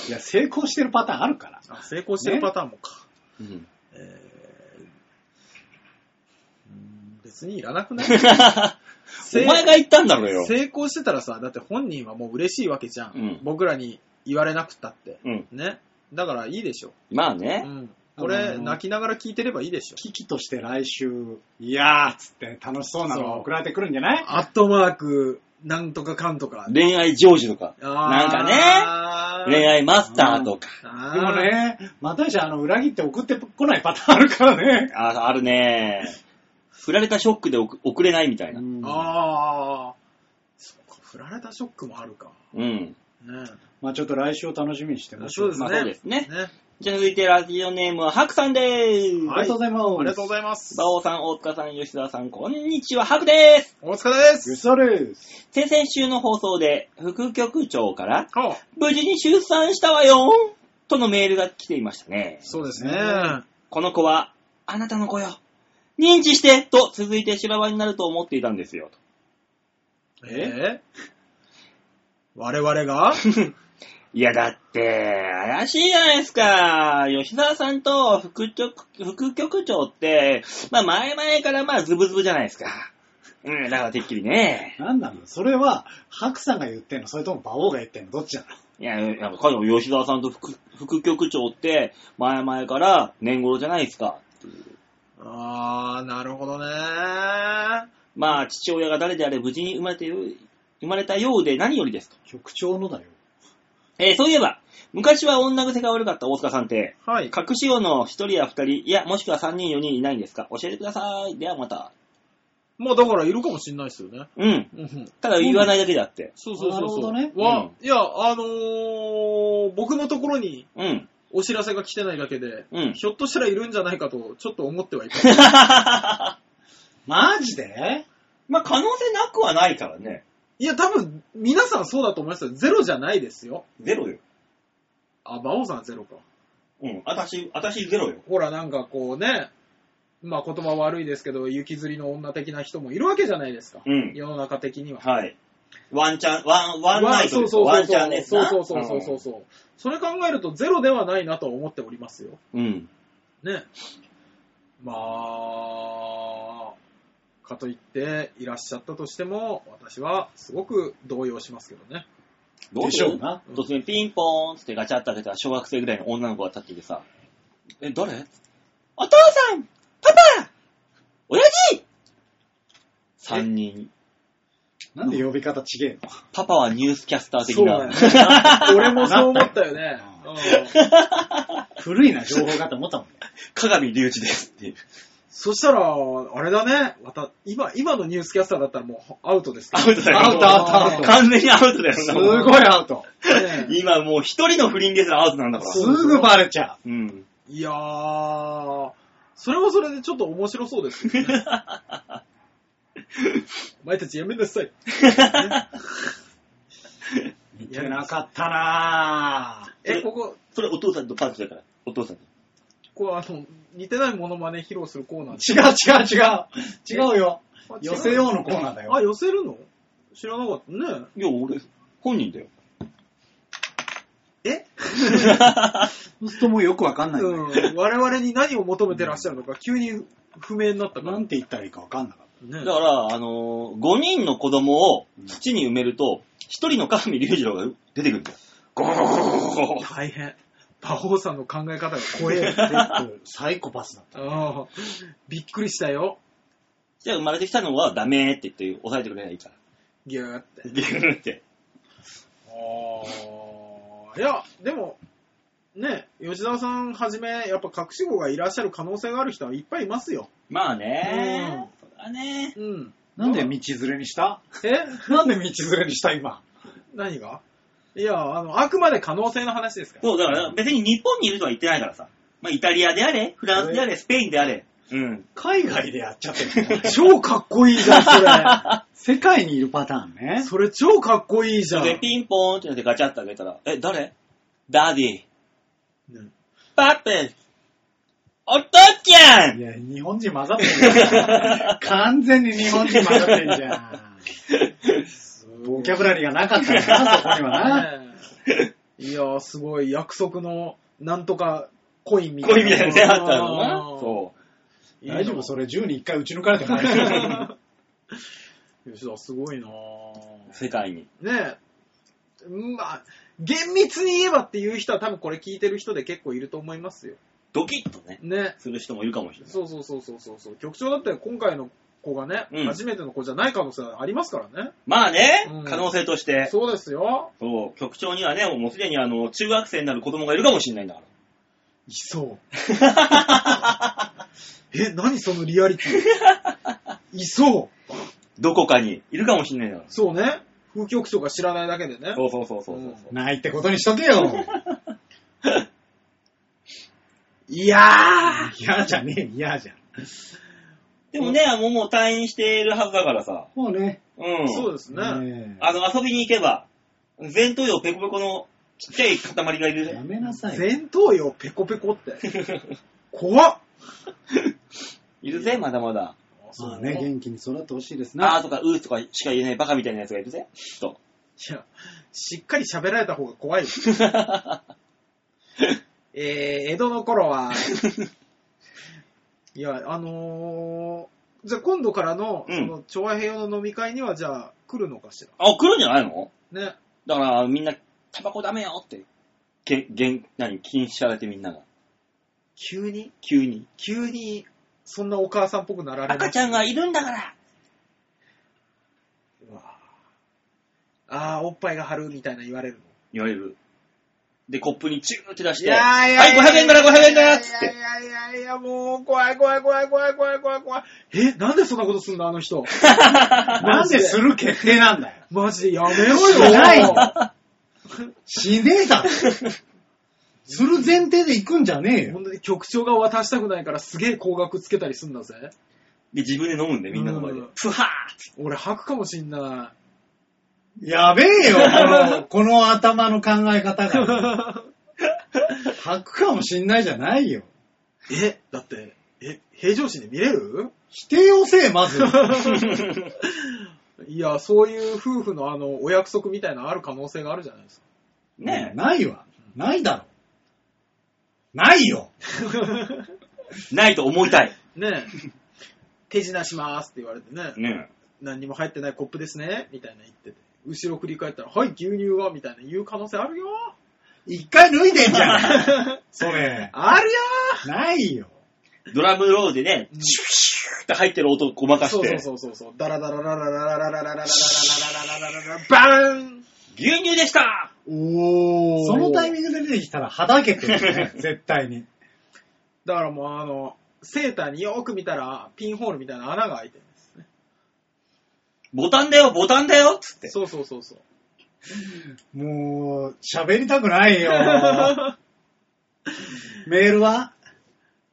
いや、成功してるパターンあるから。
あ成功してるパターンもか。
うん。
えーうん別にいらなく な
お
い
前が言ったんだろうよ。
成功してたらさ、だって本人はもう嬉しいわけじゃん。
うん
僕らに言われなくったって。
うん。
ね。だからいいでしょ。
まあ
う
ね。
ん。これ、
あのー
泣きながら聞いてればいいでしょ。
危機として来週、いやーっつって楽しそうなのが送られてくるんじゃない
アットマーク、なんとかかんとか。
恋愛成就とか、なんかね、
か
恋。愛マスターとか。
あー
でも。ね、またじゃあ、の、裏切って送ってこないパターンあるからね。
あ、あるね。振られたショックで送送れないみたいな。
ああ。そうか、振られたショックもあるか。
うん。
ね
まあちょっと来週を楽しみにして
え
まし
そ
ょ
う
う。
です
まあ
ね。
そうです ね。
ね
じゃあ続いてラジオネームはハクさんでーす。
は
ありがとうございます。
ありがとうございます。
馬王さん、大塚さん、吉沢さん、こんにちは、ハクでーす。
お疲れです。
す。です。
先々週の放送で、副局長から、
はあ
無事に出産したわよーとのメールが来ていましたね。
そうですね。
この子は、あなたの子よ。認知してと続いて修羅場になると思っていたんですよ。と
え我々 が
いや、だって、怪しいじゃないですか。吉沢さんと副局副局長って、まあ前々からまあズブズブじゃないですか。うん、だからてっきりね。
なんなのそれは、ハクさんが言ってんのそれとも馬王が言ってんのどっちなの
いや、なんか彼女吉沢さんと副副局長って、前々から年頃じゃないですか。
ああ、なるほどね。
まあ父親が誰であれ無事に生まれてる、生まれたようで何よりですと。
局長のだよ。
えーそういえば、昔は女癖が悪かった大塚さんって、
はい。
隠し子の1人や2人、いや、もしくは3人、4人いないんですか教えてください。ではまた。
まあだからいるかもしんないですよね。
うん。
うん
ただ言わないだけであって。
そうそうそうそう。
なるほどね
わ
うん
いや、あのー僕のところに
うん。
お知らせが来てないだけで、
うん。
ひょっとしたらいるんじゃないかと、ちょっと思ってはいた。
マジで
まあ、可能性なくはないからね。
いや、多分、皆さんそうだと思いますよ。ゼロじゃないですよ。
ゼロよ。
あ、馬王さんゼロか。
うん。私、私ゼロよ。
ほら、なんかこうね、まあ言葉悪いですけど、雪吊りの女的な人もいるわけじゃないですか。
うん。
世の中的には。
はい。ワンチャン、ワン、ワンナイト
そ
で
う
す
そう
よ
そ
ワ
う
ンチャン
そう。
です
そう
な
そうそうそうそうそう。それ考えるとゼロではないなとは思っておりますよ。
うん。うん。
ね。まあ、かといっていらっしゃったとしても、私はすごく動揺しますけどね。
どう
で
し
し
よ
ょう
う
な。
突然ピンポーンってガチャって開けたら小学生ぐらいの女の子が立っててさ、え、誰お父さんパパ親父三人。
なんで呼び方ちげえの
パパはニュースキャスター的
そうだよ
な。
ね。俺もそう思った よね。うん
古いな、情報がと 思ったもんね。
鏡隆一ですっていう。
そしたら、あれだね。また、今、今のニュースキャスターだったらもうアウトですけ
ア
ど
ウトだよ。
アウトアウトアウト
完全にアウトだ
す
よな。
ごいアウト。
ね
今もう一人の不倫ですらアウトなんだから。
すぐバレちゃ
うん。
いやー、それはそれでちょっと面白そうですよね。お前たちやめなさい。
う。似てなかったなぁ。
え、ここ、
それお父さんとパンチだから。お父さんに。
こうあの、似てないモノマネ披露するコーナー。
違う違う違う。違うよ。
あ
寄せようのコーナーだよ
あ、寄せるの知らなかったね。
いや、俺、本人だよ。
え、
そうするともうよくわかんないんだよ
うん、我々に何を求めてらっしゃるのか、急に不明になったか
な
ら。
んて言ったらいいかわかんなかっ
ね
だから、あのー、5人の子供を土に埋めると、1人の鏡隆二郎が出てくるんだよ。ゴーゴーゴーゴーゴーゴー
大変。馬王さんの考え方が 怖 え。
た。結構サイコパスだった。
うんびっくりしたよ。
じゃあ生まれてきたのはダメって言って抑えてくれないいから。
ギューって。
ギューって。
あーいや、でも、ね、吉沢さんはじめ、やっぱ隠し子がいらっしゃる可能性がある人はいっぱいいますよ。
まあねー。そらね
うん。
なんで道連れにした
え
なんで道連れにした今。
何がいや、あの、あくまで可能性の話ですか
ー。
ら。
そう、だから別に日本にいるとは言ってないからさ。まあイタリアであれ、フランスであれ、スペインであれ。うん。
海外でやっちゃってるんだよ
超かっこいいじゃん、 そ
世界にいるパターン
れ。
ね。
それ超かっこいいじゃん。
で、ピンポーンってなってガチャってあげたら、え、誰ダディ、
ね
パペ、お父ちゃ
い
ん
や、日本人混ざってるじゃん。完全に日本人混ざってるじゃ ん。ボキャブラリーがなかったんだな、そこには な。
ねえ いやー、すごい、約束の、なんとか、コインみたいな。
恋みたいなね、あったのな。
あー
そ
いいな
大丈夫それ10に1回打ち抜かれてもらえる。
吉田、すごいな
う。世界に。
ぁねえ。まあ、厳密に言えばっていう人は多分これ聞いてる人で結構いると思いますよ。
ドキッとね、
ね。
する人もいるかもしれない。
そうそうそうそうそうそう。局長だって今回の子がね、
うん
初めての子じゃない可能性はありますからね。
まあね
うん、
可能性として。
そうですよ。
そう、局長にはね、もうすでにあの、中学生になる子供がいるかもしれないんだから。
い そう。え、何そのリアリティ。いそう。
どこかにいるかもしれないんだから。
そうね。風局長が知らないだけでね。
そうそうそうそうそう。
ないってことにしとけよ。
いやー
嫌じゃねえ、嫌じゃん。
でもね、もうもう退院しているはずだからさ。
もうね、
うん。
そうですね。
ね
あの、遊びに行けば、前頭葉ペコペコのちっちゃい塊がいる
え
じゃ
や
ん。
めなさい。
前頭葉ペコペコ って。怖っ
いるぜ、まだまだ。
まあね、元気に育ってほしいです
あ
な。
ーとかうーとかしか言えないバカみたいなやつがいるぜ。と。
いや、しっかり喋られた方が怖 いよ。えー、江戸の頃 は、いや、あのー、じゃあ今度からの、
うん
その、調和平和の飲み会には、じゃあ、来るのかし
あ、来るんじゃないの
ら。ね。
だから、みんな、タバコダメよって、け、げん、何、禁止されてみんなが。
急に、
急に。
急に、そんなお母さんっぽくなられ
赤
ます
ちゃんがいるんだから
うわあー、おっぱいが張るみたいな言われるの。
言われる。で、コップにチューって出し
い
て、
やいや
はい、500円から500円からつっ
い
て。
やいやいやいや、もう、怖い怖い怖い怖い怖い怖い怖い。え、なんでそんなことすんだ、あの人。
なんでする決定なんだよ。
マジでやめろよ。
しないしねえだ ろ。する前提で行くんじゃねえよ。
本当に局長が渡したくないからすげえ高額つけたりすんだぜ。
で、自分で飲むんで、みんなの前で
うん。
プハーっつって
俺吐くかもしんな
やべえよ、 この、この頭の考え方が。 吐くかもしんないじゃないよ。
い。え、だって、え、平常心で見れる
否定をせえ、ま ず。
いや、そういう夫婦のあの、お約束みたいなのある可能性があるじゃないですか。
ね
ないわ。ないだろ。ないよ。
え、ないと思いたい。
ねえ。手品しますって言われてね。
ね
何にも入ってないコップですね、みたいな言ってて。後ろ振り返ったら、はい、牛乳は、みたいな言う可能性あるよ。
一回脱いでん じゃん。それ。
あるよ
ないよ。
え。ドラムロールでね、
うん
シュッシュッって入ってる音をごまかし
そうそう
て、
そうそうそう。ダラダラダラダラダラダラダラダラダラダラバーン
牛乳でした
お
そのタイ
ング。
ミングで出てきたら、はだけてるよ ね、絶対に。
だからもうあの、セーターによく見たら、ピンホールみたいな穴が開いてるんですね。
ボタンだよ、ボタンだよつって。
そうそうそうそう。
もう、喋りたくな いよ。メールは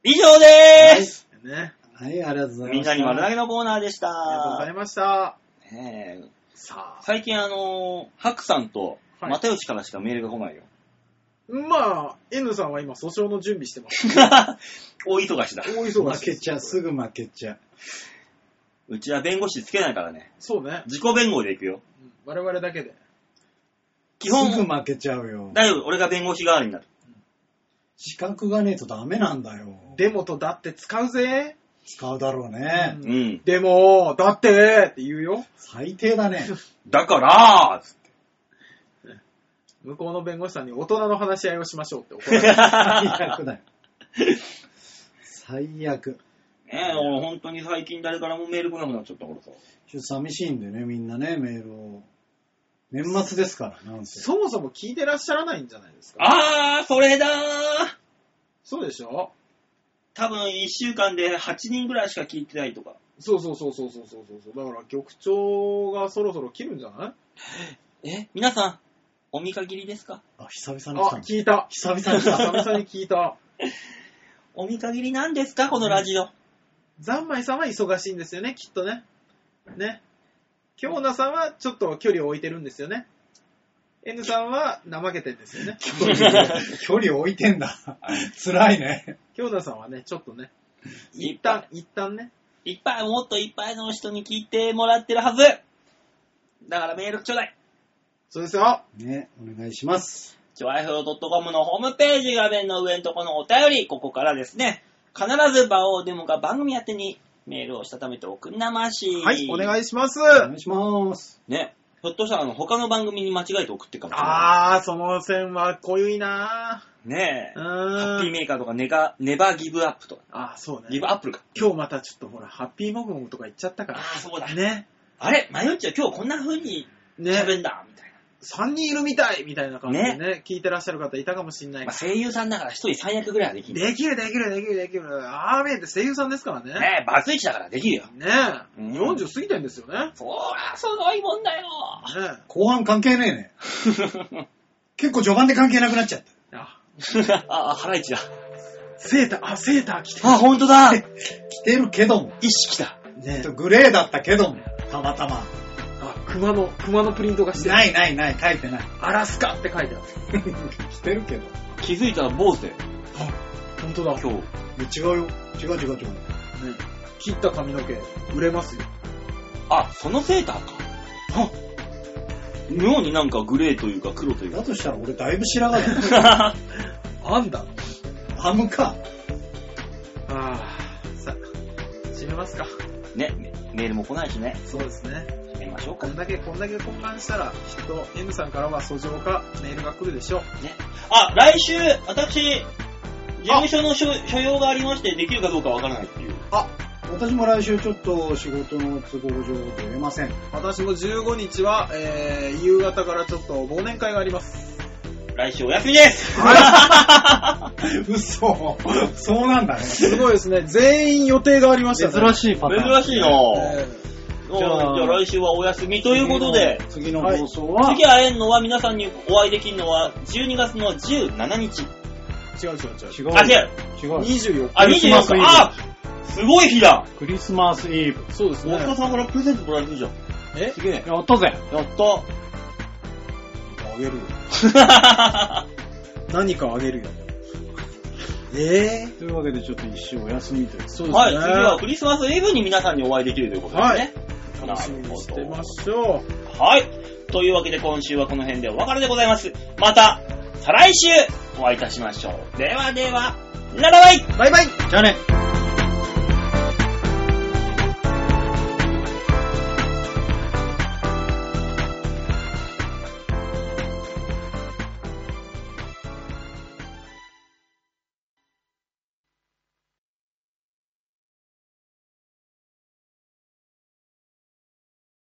以上でーす、
ね。
はい、ありがとうございます。
みんなに丸投げのコーナーでし
ありがとうござい
た。
ました。
ねえ
さあ、
最近あのー、ハクさんと、
はい
又吉からしかメールが来 ないよ。
まあ、N さんは今訴訟の準備してます。
大忙しだ。
大忙し
負けちゃう、すぐ負けちゃう。
うちは弁護士つけないからね。
そうね。
自己弁護でいくよ。
うん我々だけで。
基本
すぐ負けちゃうよ。
大丈夫、俺が弁護士代わりになる。
資格がねえとダメなんだよ。
デモとだって使うぜ。
使うだろうね。
う
うんん。
でも、だってって言うよ。
最低だね。
だからーつって
向こうの弁護士さんに大人の話し合いをしましょうって怒ら れる。
最悪だよ。最悪。
ねえ、俺本当に最近誰からもメール来なくなっちゃったからさ。
ちょっと寂しいんでね、みんなね、メールを。年末ですから、なんせ。
そもそも聞いてらっしゃらないんじゃないですか。
あー、それだー
そうでしょ
多分1週間で8人ぐらいしか聞いてないとか。
そうそうそうそうそうそうそう。だから局長がそろそろ切るんじゃない
え皆さん、お見限りですか
あ、久々に来た
あ、
の
聞いた。
久々に来
久
た。
々に聞いた。
お見限りなんですかこのラジオ。
三枚さんは忙しいんですよね、きっとね。ね。京奈さんはちょっと距離を置いてるんですよね。N さんは怠けてるんですよね。
距離を置いてんだ。辛いね。
京奈さんはね、ちょっとね、
いっ
一
ぱ
旦、一旦ね、
い、いっぱい、もっといっぱいの人に聞いてもらってるはずだからメールちょうだい
そうですよ。
ね、お願いします。
ちょわひょう .com のホームページ画面の上のところのお便り、ここからですね、必ず場をデモか番組宛てにメールをしたためておくんなまし。
はい、お願いします。
お願いします。
ね。ひょっとしたらあの他の番組に間違えて送ってるかもしれな。
あー、その線は濃ゆいない
ね
ー
え。ハッ
う
ピ
ー
ー
ん。
メーカーとかネガネバーギブアップとか、
あー、そう
ギ
ね
ブ。アップルか。
今日またちょっとほら、ハッピーモグモグとか言っちゃったか
あ
ら。
あ、そうだ。
ね。
あれマヨッチは今日こんな風に喋
ね。
んだ、みたい
3人いるみたいみたいな感じでね聞いてらっしゃる方いたかもしんな
な。
い
まあ、。声優さんだから一人三役ぐらいはできる。ね
できる、できる、できる、できる。アーメンって声優さんですからね。
え、バツイチだからできるよ。
ねえ。
うん
40過ぎてんですよね。
そら、すごいもんだよ。
ね
後半関係ねえね。結構序盤で関係なくなっちゃっ
え。
た。
あ、
あ、あハライチだ。
セーター、あ、セーター着て
あ、ほんと だ。
来てるけども。
意識だ。
る。ねえ。
グレーだったけども。たまたま。
あ、熊の、熊のプリントがしてる。
ないないない、書いてない。
アラスカって書いてある。
来てるけど。
気づいたら坊主だよ、
あ、ほんとだ。
今日。
違うよ。違う違う違う。
ね切った髪の毛、売れますよ。
あ、そのセーターか。
あ
妙になんかグレーというか黒という
だとしたら俺だいぶ白髪 だ よ。
か。
あんだ。
ハムか。
あー、さ、閉めますか。
ね、メメールも来ないしね。
そうですね。
閉めましょう
こ
か。
んだけ、こんだけ交換したら、きっと M さんからは訴状かメールが来るでしょう。
あ、来週、私、事務所の所所要がありまして、できるかどうかわからないっていう。
私も来週ちょっと仕事の都合上出れません。
私も15日は、えー、夕方からちょっと忘年会があります。
来週お休みです
嘘。そうなんだね。
すごいですね。全員予定がありましたね。
珍しいパター
珍
ン。
しいなぁ。
えー
じゃあ来週はお休みということで、
次の放送は、
次会えんのは皆さんにお会いできるのは12月の17日。
違う違う違
違
う。
う。
あ、違う。
違
24
う。
あ、
クリスマ
24
ス
日
イブ。
あすごい日だ
クリスマスイブ。
そうです
大塚
ね。
さんからプレゼントもらえるじゃん。
え
すげえ。
やったぜ。
や った。
あげるよ。何かあげるよ。え
というわけでちょっと一周お休みという。
そうですね。
はい、次はクリスマスイブに皆さんにお会いできるということですね。
楽しみにしてましょう。
はい。というわけで今週はこの辺でお別れでございます。また、再来週お会いいたしましょう。ではでは、ならばい
バイバイ
じゃあね。